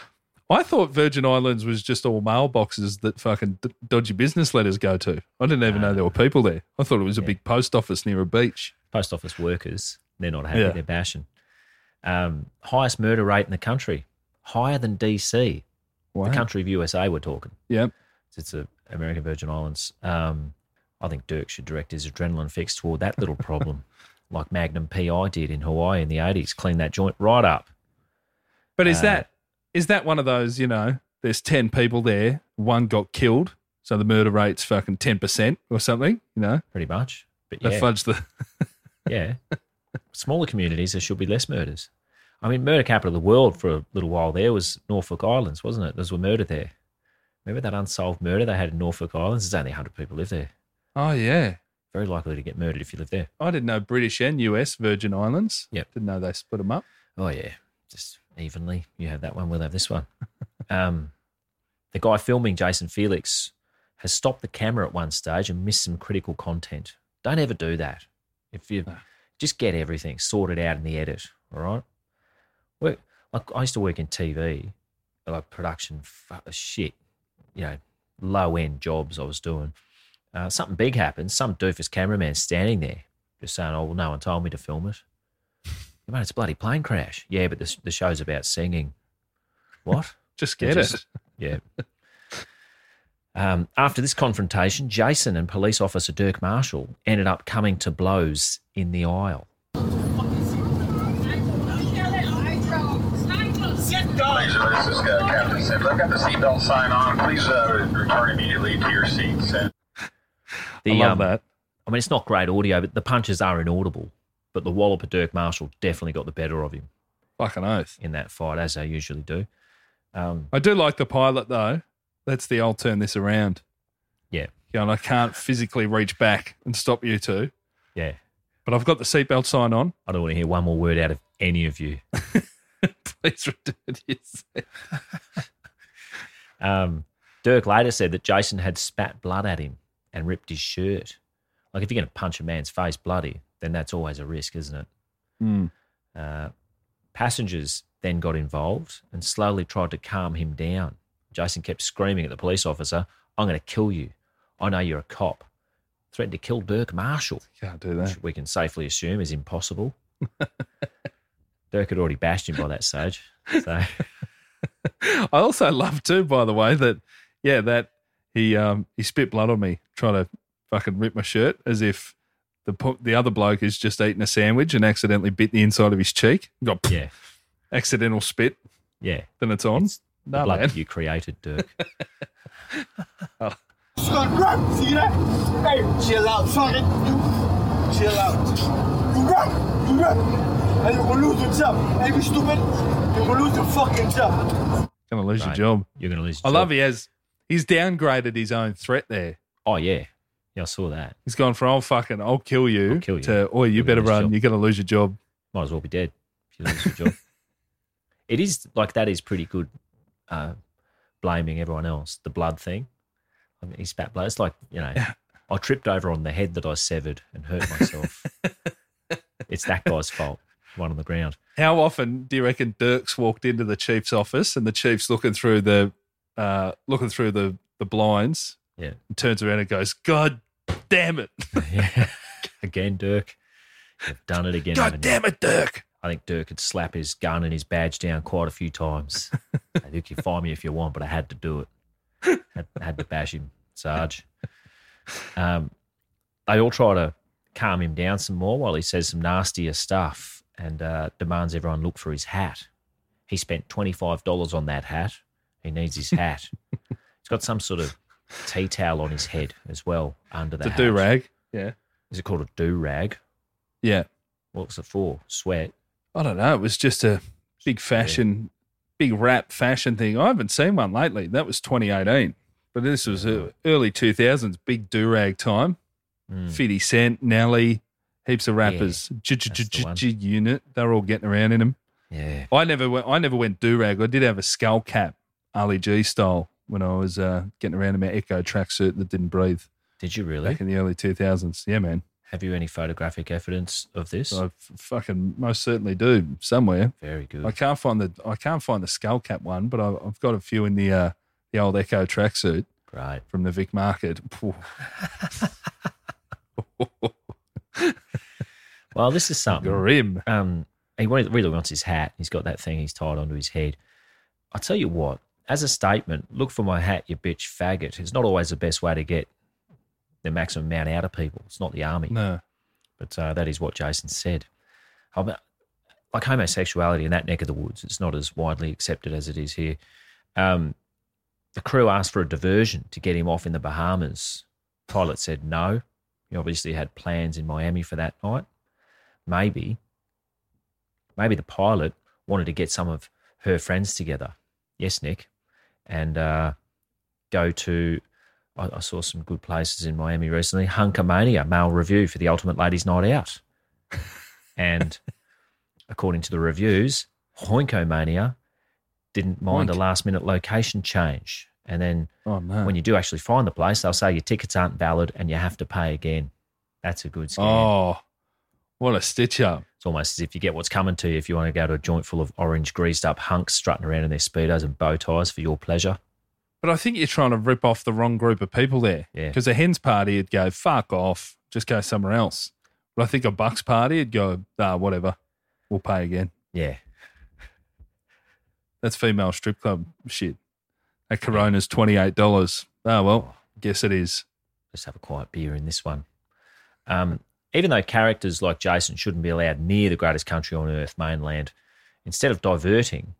B: I thought Virgin Islands was just all mailboxes that fucking d- dodgy business letters go to. I didn't even know there were people there. I thought it was a
C: Ah. Yeah.
B: big post office near a beach.
C: post office workers. They're not happy.
B: Yeah.
C: They're bashing. Um, highest murder rate in the country, higher than DC,
B: Wow.
C: the country of USA. We're talking.
B: Yep.
C: It's the American Virgin Islands. Um, I think Dirk should direct his adrenaline fix toward that little problem, like Magnum PI did in Hawaii in the 80s. Clean that joint right up.
B: But is
C: Uh,
B: that is that one of those, you know, there's ten people there, one got killed, so the murder rate's fucking ten percent or something, you know?
C: pretty much. But
B: They
C: yeah,
B: fudge the
C: yeah. Smaller communities, there should be less murders. I mean, murder capital of the world for a little while there was Norfolk Islands, wasn't it? There was a murder there. Remember that unsolved murder they had in Norfolk Islands? There's only 100 people live there.
B: Oh yeah.
C: Very likely to get murdered if you live there.
B: I didn't know British and US Virgin Islands.
C: Yep.
B: Didn't know they split them up.
C: Oh, yeah. Just evenly. You have that one, we'll have this one. um, the guy filming, Jason Felix, has stopped the camera at one stage and missed some critical content. Don't ever do that. If you just get everything sorted out in the edit, all right? Work, like I used to work in TV, like production fu- uh, shit, you know, low end jobs I was doing. Uh, something big happens, some doofus cameraman standing there just saying, oh, well, no one told me to film it. Mate, it's a bloody plane crash. Yeah, but the, the show's about singing. What?
B: Just
C: They
B: get it.
C: just- Yeah. Um, after this confrontation, Jason and police officer Dirk Marshall ended up coming to blows in the aisle.
I: This is uh, Captain Sims. I've got the seatbelt sign on. Please uh, return immediately to your seats. And-
C: The,
B: I love
C: um,
B: that.
C: I mean, it's not great audio, but the punches are inaudible. But the wallop of Dirk Marshall definitely got the better of him
B: Fucking oath.
C: in that fight, as they usually do. Um,
B: I do like the pilot though. That's the I'll turn this around.
C: yeah,
B: Going, I can't physically reach back and stop you two,
C: yeah.
B: but I've got the seatbelt sign on.
C: I don't want to hear one more word out of any of you.
B: Please return your seat.
C: Um, Dirk later said that Jason had spat blood at him and ripped his shirt. Like, if you're going to punch a man's face bloody, then that's always a risk, isn't it?
B: Hmm.
C: Uh, passengers then got involved and slowly tried to calm him down. Jason kept screaming at the police officer, I'm going to kill you. I know you're a cop. Threatened to kill Dirk Marshall
B: Can't do that.
C: which we can safely assume is impossible. Dirk had already bashed him by that stage. So,
B: I also love too, by the way, that yeah, that he um he spit blood on me, trying to fucking rip my shirt as if the po- the other bloke is just eating a sandwich and accidentally bit the inside of his cheek. Got
C: yeah,
B: accidental spit,
C: yeah.
B: then it's on.
C: The
B: no
C: blood
B: man,
C: that you created, Dirk.
G: Scott Rowe, see that? Hey, chill out, Sonny. You chill out. You rock, you rock. And you're gonna lose your job. Hey, you stupid. You're gonna lose your fucking job.
B: gonna lose your
C: Right.
B: job.
C: You're going to lose.
B: I
C: your
B: love
C: job.
B: he has he's downgraded his own threat there.
C: Oh yeah, yeah. I saw that.
B: He's gone from "I'll fucking I'll kill you,"
C: I'll kill you.
B: to "Oh, you
C: You're
B: better
C: gonna lose
B: run,
C: your job."
B: you're gonna lose your job."
C: Might as well be dead if you lose your job. it is like that is pretty good uh, blaming everyone else. The blood thing. I mean, he spat blood. It's like, you know, I tripped over on the head that I severed and hurt myself. it's that guy's fault. One on the ground.
B: How often do you reckon Dirks walked into the chief's office and the chief's looking through the uh, looking through the the blinds?
C: Yeah.
B: And turns around and goes, "God damn it!
C: yeah. Again, Dirk. You've done it again.
B: God
C: haven't you?
B: damn it, Dirk!"
C: I think Dirk could slap his gun and his badge down quite a few times. I think you can find me if you want, but I had to do it. Had, had to bash him, Sarge. Um, they all try to calm him down some more while he says some nastier stuff and uh, demands everyone look for his hat. He spent $25 on that hat. He needs his hat. He's got some sort of tea towel on his head as well under the
B: The
C: hat.
B: do rag. Yeah.
C: Is it called a do rag?
B: Yeah.
C: What's it for? Sweat.
B: I don't know. It was just a big fashion, big rap fashion thing. I haven't seen one lately. That was 2018, but this was uh, early 2000s, big do rag time.
C: Mm.
B: 50 Cent, Nelly, heaps of rappers, G G-
C: that's the
B: G-
C: one.
B: G Unit. They're all getting around in them.
C: Yeah.
B: I never went. I never went do rag. I did have a skull cap, Ali G style, when I was uh, getting around in my Echo tracksuit that didn't breathe
C: Did you really?
B: back in the early 2000s. Yeah, man.
C: Have you any photographic evidence of this?
B: So I f- fucking most certainly do somewhere.
C: Oh, Very good.
B: I can't find the I can't find the skull cap one, but I, I've got a few in the uh, the old Echo tracksuit
C: Great.
B: from the Vic Market. Phew.
C: Well, this is something.
B: Grim.
C: Um, he wa- really wants his hat. He's got that thing he's tied onto his head. I tell you what, as a statement, look for my hat, you bitch faggot. It's not always the best way to get the maximum amount out of people. It's not the army,
B: No,
C: but uh, that is what Jason said. I mean, like homosexuality in that neck of the woods, it's not as widely accepted as it is here. Um, the crew asked for a diversion to get him off in the Bahamas. Pilot said no. He obviously had plans in Miami for that night. Maybe, maybe the pilot wanted to get some of her friends together. Yes, Nick, and uh, go to. I, I saw some good places in Miami recently. Hunkermania male review for the Ultimate Ladies Night Out, and according to the reviews, Hoinkomania didn't mind
B: Hoink.
C: a last minute location change, and then
B: oh no.
C: when you do actually find the place, they'll say your tickets aren't valid and you have to pay again. That's a good scheme.
B: oh, what a stitch up!
C: It's almost as if you get what's coming to you if you want to go to a joint full of orange greased up hunks strutting around in their speedos and bow ties for your pleasure.
B: But I think you're trying to rip off the wrong group of people there.
C: Yeah.
B: Because a hens party, it'd go fuck off, just go somewhere else. But I think a bucks party, it'd go ah whatever, we'll pay again.
C: Yeah.
B: That's female strip club shit. A Corona's twenty eight dollars. Ah well, guess it is.
C: Let's have a quiet beer in this one. Um, even though characters like Jason shouldn't be allowed near the greatest country on earth, mainland, instead of diverting,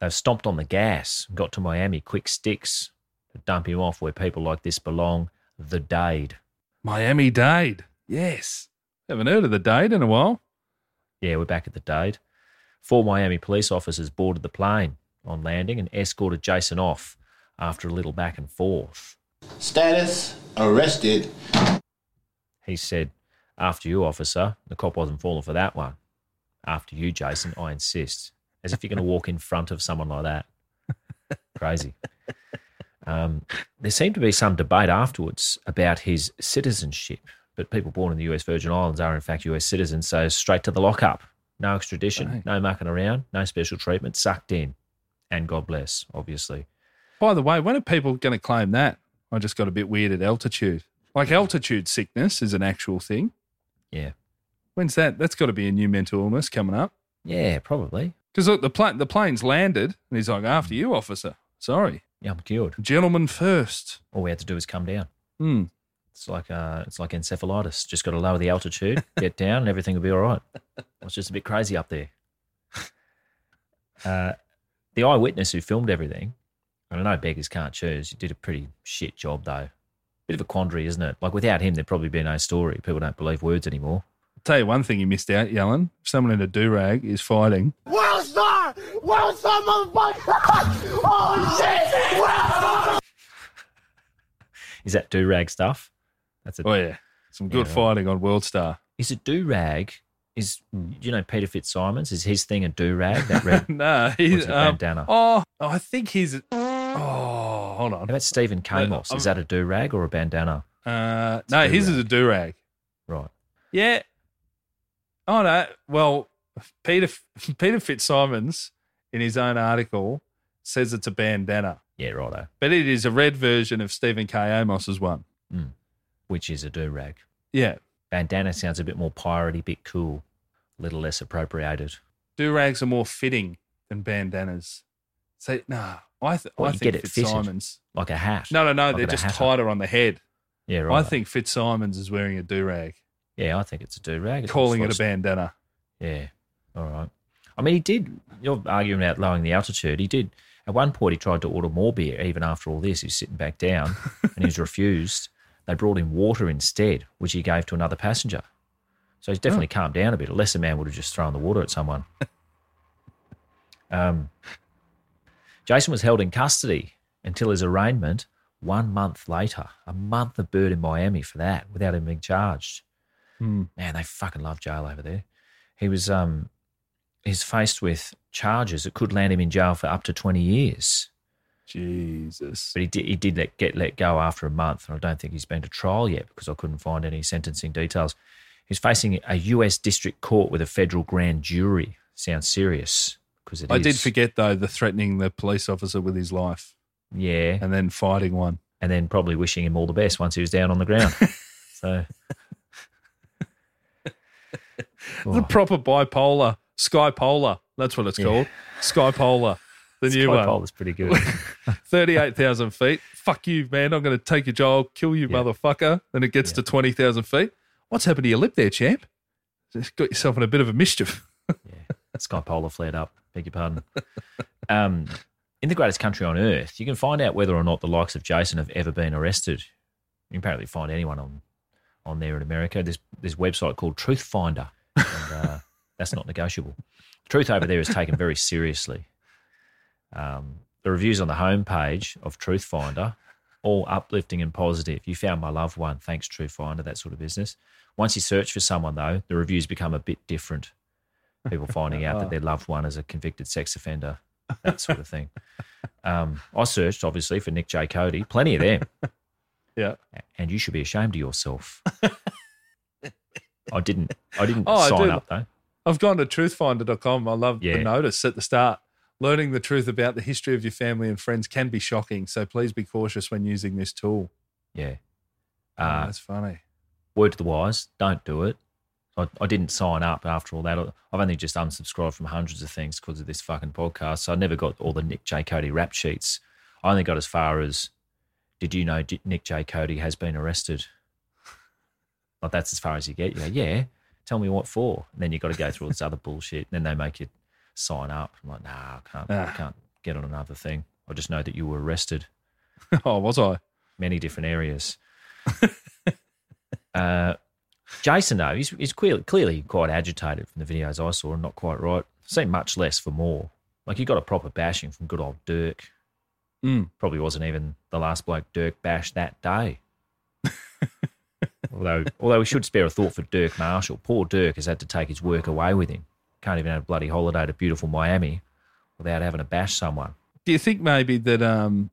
C: they've stomped on the gas and got to Miami quick sticks to dump him off where people like this belong, the Dade.
B: Miami Dade. Yes. Haven't heard of the Dade in a while.
C: Yeah, we're back at the Dade. Four Miami police officers boarded the plane on landing and escorted Jason off after a little back and forth.
K: Status arrested.
C: He said, After you, officer. The cop wasn't falling for that one. After you, Jason, I insist. As if you're going to walk in front of someone like that. Crazy. Um, there seemed to be some debate afterwards about his citizenship, but people born in the US Virgin Islands are, in fact, US citizens, so straight to the lockup. No extradition,
B: Right.
C: no mucking around, no special treatment, sucked in. And God bless, obviously.
B: By the way, when are people going to claim that? I just got a bit weird at altitude. Like altitude sickness is an actual thing.
C: Yeah.
B: When's that? That's got to be a new mental illness coming up.
C: Yeah, probably.
B: Because look, the plane the plane's landed, and he's like, "After you, officer. Sorry,
C: Yeah, I'm cured.
B: gentleman first.
C: All we had to do was come down.
B: Hmm.
C: It's like uh, it's like encephalitis. Just got to lower the altitude, get down, and everything will be all right. It's just a bit crazy up there. Uh, the eyewitness who filmed everything, and I know beggars can't choose. You did a pretty shit job though. Bit of a quandary, isn't it? Like without him, there'd probably be no story. People don't believe words anymore.
B: I'll tell you one thing you missed out, Yellen. If someone in a do rag is fighting,
G: World star! World star, motherfucker! oh shit! World star!
C: Is that do rag stuff? That's a.
B: oh yeah, some good
C: Yeah.
B: fighting on World Star.
C: Is a do rag? is
B: Hmm.
C: you know Peter Fitzsimons is his thing a do rag that red
B: no
C: he's
B: um,
C: bandana.
B: Oh, I think he's. Oh, hold on.
C: How about Stephen Kamos?
B: I'm-
C: is that a do rag or a bandana?
B: Uh, no,
C: It's a
B: his
C: do-rag.
B: is a do rag.
C: Right.
B: Yeah. Oh no. Well, Peter Peter Fitzsimons, in his own article, says it's a bandana,
C: Yeah, righto.
B: but it is a red version of Stephen K. Amos's one.
C: Which is a do rag.
B: Yeah,
C: Bandana sounds a bit more piratey, bit cool, a little less appropriated.
B: do rags are more fitting than bandanas. So no, I th-
C: Well,
B: I
C: you
B: think
C: get it fitted.
B: Fitzsimons.
C: Like a hat.
B: No, no, no.
C: Like
B: they're
C: a
B: just
C: hatter.
B: tighter on the head.
C: Yeah, right.
B: I think Fitzsimons is wearing a do rag,
C: Yeah, I think it's a do rag.
B: calling it a bandana.
C: Yeah. All right. I mean, he did. You're arguing about lowering the altitude. He did. At one point, he tried to order more beer. Even after all this, he was sitting back down, and he was refused. They brought him water instead, which he gave to another passenger. So he's definitely calmed down a bit. A lesser man would have just thrown the water at someone. um, Jason was held in custody until his arraignment one month later. A month of bird in Miami for that, without him being charged.
B: Hmm.
C: Man, they fucking love jail over there. He was um he's faced with charges that could land him in jail for up to twenty years.
B: Jesus.
C: But he did he did let, get let go after a month, and I don't think he's been to trial yet because I couldn't find any sentencing details. He's facing a U.S. district court with a federal grand jury. Sounds serious because it
B: I did
C: is.
B: forget though the threatening the police officer with his life
C: Yeah,
B: and then fighting one.
C: and then probably wishing him all the best once he was down on the ground. so.
B: The
C: Oh.
B: proper bipolar, skypolar. That's what it's
C: Yeah.
B: called. Skypolar. The new
C: Skypole
B: one.
C: is pretty good.
B: 38,000 feet. Fuck you, man. I'm going to take your job, kill you,
C: Yeah.
B: motherfucker. Then it gets to 20,000 feet. What's happened to your lip there, champ? Just got yourself in a bit of a mischief.
C: Sky Polar flared up. Beg your pardon. Um, in the greatest country on earth, you can find out whether or not the likes of Jason have ever been arrested. You can apparently find anyone on on there in America. There's this website called Truth Finder, and uh, that's not negotiable. Truth over there is taken very seriously. Um, the reviews on the homepage of Truth Finder, all uplifting and positive. You found my loved one. Thanks, Truth Finder. That sort of business. Once you search for someone, though, the reviews become a bit different people finding out that their loved one is a convicted sex offender, that sort of thing. Um, I searched, obviously, for Nick J. Cody, plenty of them,
B: Yeah.
C: and you should be ashamed of yourself. I didn't. I didn't
B: Oh, I
C: sign
B: do.
C: up though.
B: I've gone to truthfinder.com. I love
C: Yeah.
B: the notice at the start. Learning the truth about the history of your family and friends can be shocking, so please be cautious when using this tool.
C: Yeah.
B: Oh,
C: Uh,
B: that's funny.
C: word to the wise, don't do it. I, I didn't sign up after all that. I- I've only just unsubscribed from hundreds of things because of this fucking podcast. So I never got all the Nick J. Cody rap sheets. I only got as far as, did you know J- Nick J. Cody has been arrested? Like that's as far as you get. You go, yeah, tell me what for. And then you got to go through all this other bullshit. And then they make you sign up. I'm like, nah, I can't, I
B: Ah.
C: can't get on another thing. I just know that you were arrested
B: oh, was I?
C: many different areas. uh, Jason, though, he's, he's clearly, clearly quite agitated from the videos I saw and not quite right. Seemed much less for more. Like he got a proper bashing from good old Dirk.
B: Mm.
C: Probably wasn't even the last bloke Dirk bashed that day. although, although we should spare a thought for Dirk Marshall. Poor Dirk has had to take his work away with him. Can't even have a bloody holiday to beautiful Miami without having to bash someone.
B: Do you think maybe that um,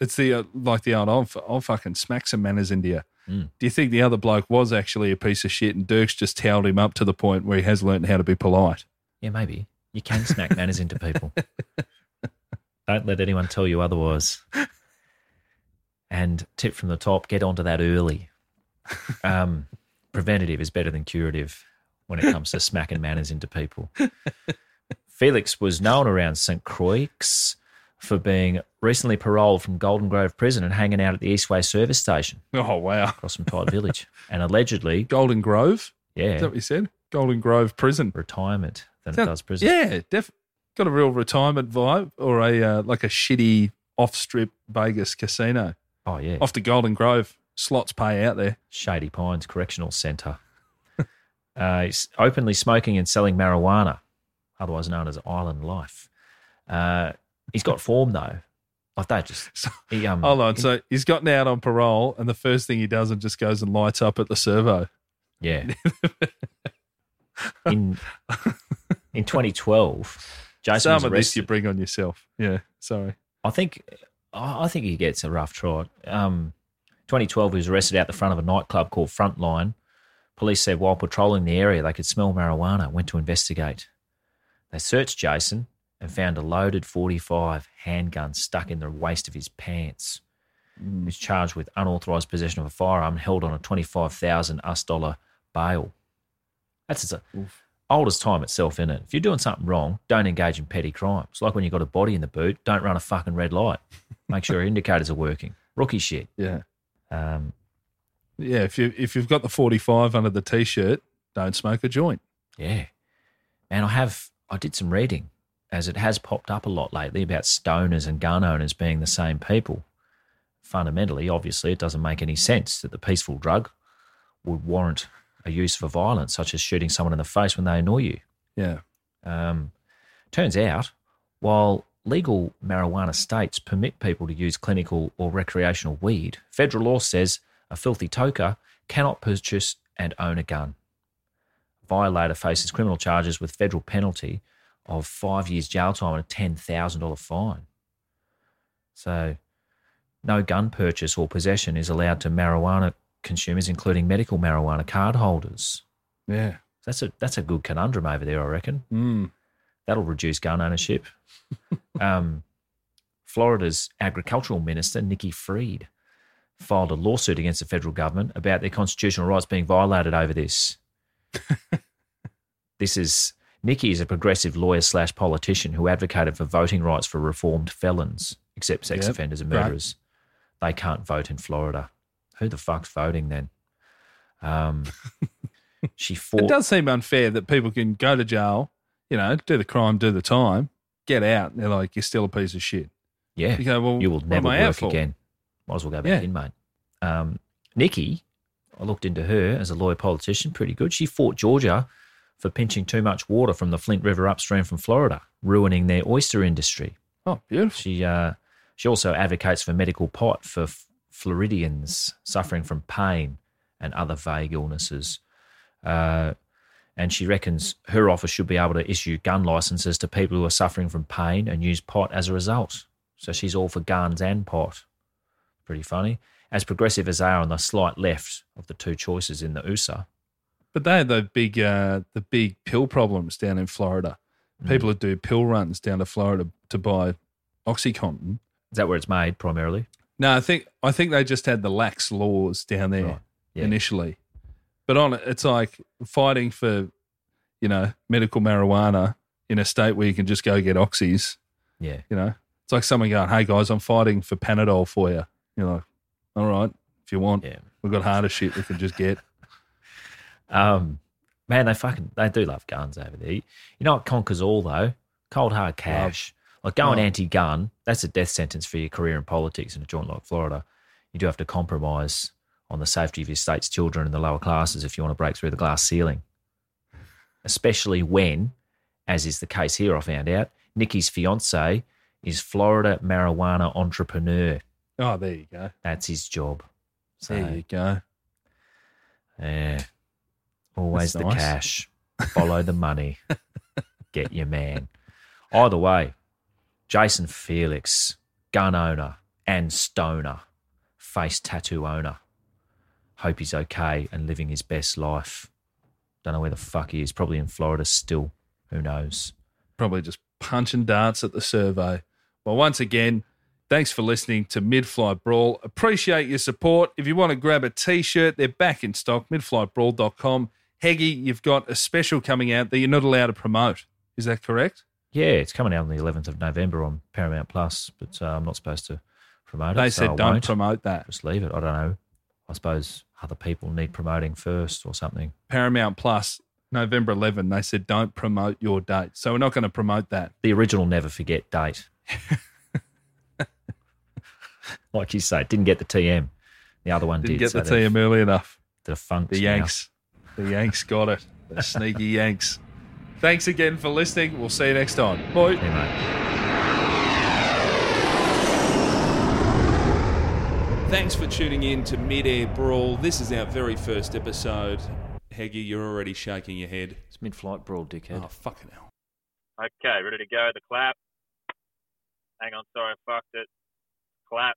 B: it's the uh, like the old I'll, f- I'll fucking smack some manners into you?
C: Mm.
B: Do you think the other bloke was actually a piece of shit and Dirk's just towed him up to the point where he has learnt how to be polite?
C: Yeah, maybe. You can smack manners into people. Don't let anyone tell you otherwise. And tip from the top get onto that early. Um, preventative is better than curative when it comes to smacking manners into people. Felix was known around St. Croix for being recently paroled from Golden Grove Prison and hanging out at the Eastway service station
B: Oh wow,
C: across from Tide Village. And allegedly,
B: Golden Grove. Is that
C: yeah,
B: what you said? Golden Grove Prison.
C: retirement than it
B: Sound-
C: does prison.
B: Yeah, def- got a real retirement vibe or a uh, like a shitty off strip Vegas casino
C: Oh, yeah.
B: off the Golden Grove. Slots pay out there.
C: Shady Pines Correctional Centre. Uh, he's openly smoking and selling marijuana, otherwise known as island life. Uh, he's got form though. Like they just
B: So-
C: he, um,
B: Hold on.
C: he-
B: So he's gotten out on parole, and the first thing he does is just goes and lights up at the servo.
C: yeah. in in 2012, Jason
B: Some
C: was
B: of this you
C: arrested.
B: bring on yourself. Yeah, sorry.
C: I think I I think he gets a rough trot. Um, 2012, he was arrested out the front of a nightclub called Frontline. Police said while patrolling the area, they could smell marijuana. Went to investigate. They searched Jason and found a loaded 45 handgun stuck in the waist of his pants. He was charged with unauthorized possession of a firearm, and held on a 25,000 US dollar bail. That's as old as time itself, isn't it? If you're doing something wrong, don't engage in petty crime. It's like when you got a body in the boot, don't run a fucking red light. Make sure your indicators are working. Rookie shit.
B: Yeah.
C: Um,
B: Yeah, if you if you've got the 45 under the t-shirt, don't smoke a joint.
C: yeah. And I have, I did some reading as it has popped up a lot lately about stoners and gun owners being the same people. Fundamentally, obviously, it doesn't make any sense that the peaceful drug would warrant a use for violence, such as shooting someone in the face when they annoy you.
B: Yeah.
C: Um, turns out, while legal marijuana states permit people to use clinical or recreational weed, federal law says a filthy toker cannot purchase and own a gun. Violator faces criminal charges with federal penalty of five years jail time and a ten thousand dollar fine. So, no gun purchase or possession is allowed to marijuana consumers, including medical marijuana card holders.
B: Yeah.
C: That's a that's a good conundrum over there, I reckon.
B: Mm.
C: That'll reduce gun ownership. um, Florida's agricultural minister, Nikki Freed, filed a lawsuit against the federal government about their constitutional rights being violated over this. this is Nikki is a progressive lawyer slash politician who advocated for voting rights for reformed felons, except sex
B: Yep,
C: offenders and
B: right.
C: murderers. They can't vote in Florida. Who the fuck's voting then? Um, she fought.
B: It does seem unfair that people can go to jail, you know, do the crime, do the time, get out, and they're like, you're still a piece of shit.
C: Yeah.
B: You go, well,
C: you will
B: what am
C: never
B: I out
C: work
B: for?
C: again. Might as well go back
B: Yeah.
C: in, mate. Um, Nikki, I looked into her as a lawyer politician, pretty good. She fought Georgia for pinching too much water from the Flint River upstream from Florida, ruining their oyster industry.
B: Oh, beautiful.
C: She uh, she also advocates for medical pot for F- Floridians suffering from pain and other vague illnesses. Uh, and she reckons her office should be able to issue gun licenses to people who are suffering from pain and use pot as a result. So she's all for guns and pot. Pretty funny. As progressive as they are on the slight left of the two choices in the USA.
B: But they had the big uh, the big pill problems down in Florida. People who do pill runs down to Florida to buy OxyContin.
C: Is that where it's made primarily?
B: No, I think I think they just had the lax laws down there
C: yeah.
B: initially. But on it, it's like fighting for, you know, medical marijuana in a state where you can just go get oxys.
C: Yeah.
B: You know, it's like someone going, "Hey guys, I'm fighting for Panadol for you." You're like, "All right, if you want,
C: Yeah.
B: we've got harder shit we can just get."
C: Um, man, they fucking they do love guns over there. You know what conquers all though? Cold hard cash. Like going
B: Love.
C: anti-gun, that's a death sentence for your career in politics in a joint like Florida. You do have to compromise on the safety of your state's children and the lower classes if you want to break through the glass ceiling. Especially when, as is the case here, I found out Nikki's fiance is Florida marijuana entrepreneur.
B: Oh, there you go.
C: That's his job. So
B: There you go.
C: yeah. Always
B: That's
C: the
B: nice.
C: cash. Follow the money. Get your man. Either way, Jason Felix, gun owner and stoner, face tattoo owner. Hope he's okay and living his best life. Don't know where the fuck he is. Probably in Florida still. Who knows?
B: probably just punching darts at the survey. Well, once again, thanks for listening to Midflight Brawl. Appreciate your support. If you want to grab a t shirt, they're back in stock, midflightbrawl.com. Heggy, you've got a special coming out that you're not allowed to promote. Is that correct?
C: Yeah, it's coming out on the 11th of November on Paramount Plus, but uh, I'm not supposed to promote it.
B: they
C: so
B: said
C: I
B: don't
C: won't.
B: promote that.
C: Just leave it. I don't know. I suppose other people need promoting first or something.
B: Paramount Plus, November 11, they said don't promote your date. So we're not going to promote that.
C: The original Never Forget date. like you say, didn't get the TM. The other one
B: Didn't
C: did.
B: get the
C: so they've-
B: TM early enough.
C: they're funked
B: The
C: now.
B: Yanks. The Yanks got it. The sneaky Yanks. Thanks again for listening. We'll see you next time. Bye.
C: Hey, mate.
B: Thanks for tuning in to Mid Air Brawl. This is our very first episode. Heggy, you're already shaking your head.
C: It's mid-flight brawl, dickhead.
B: Oh, fucking hell.
L: Okay, ready to go. The clap. Hang on, sorry, I fucked it. Clap.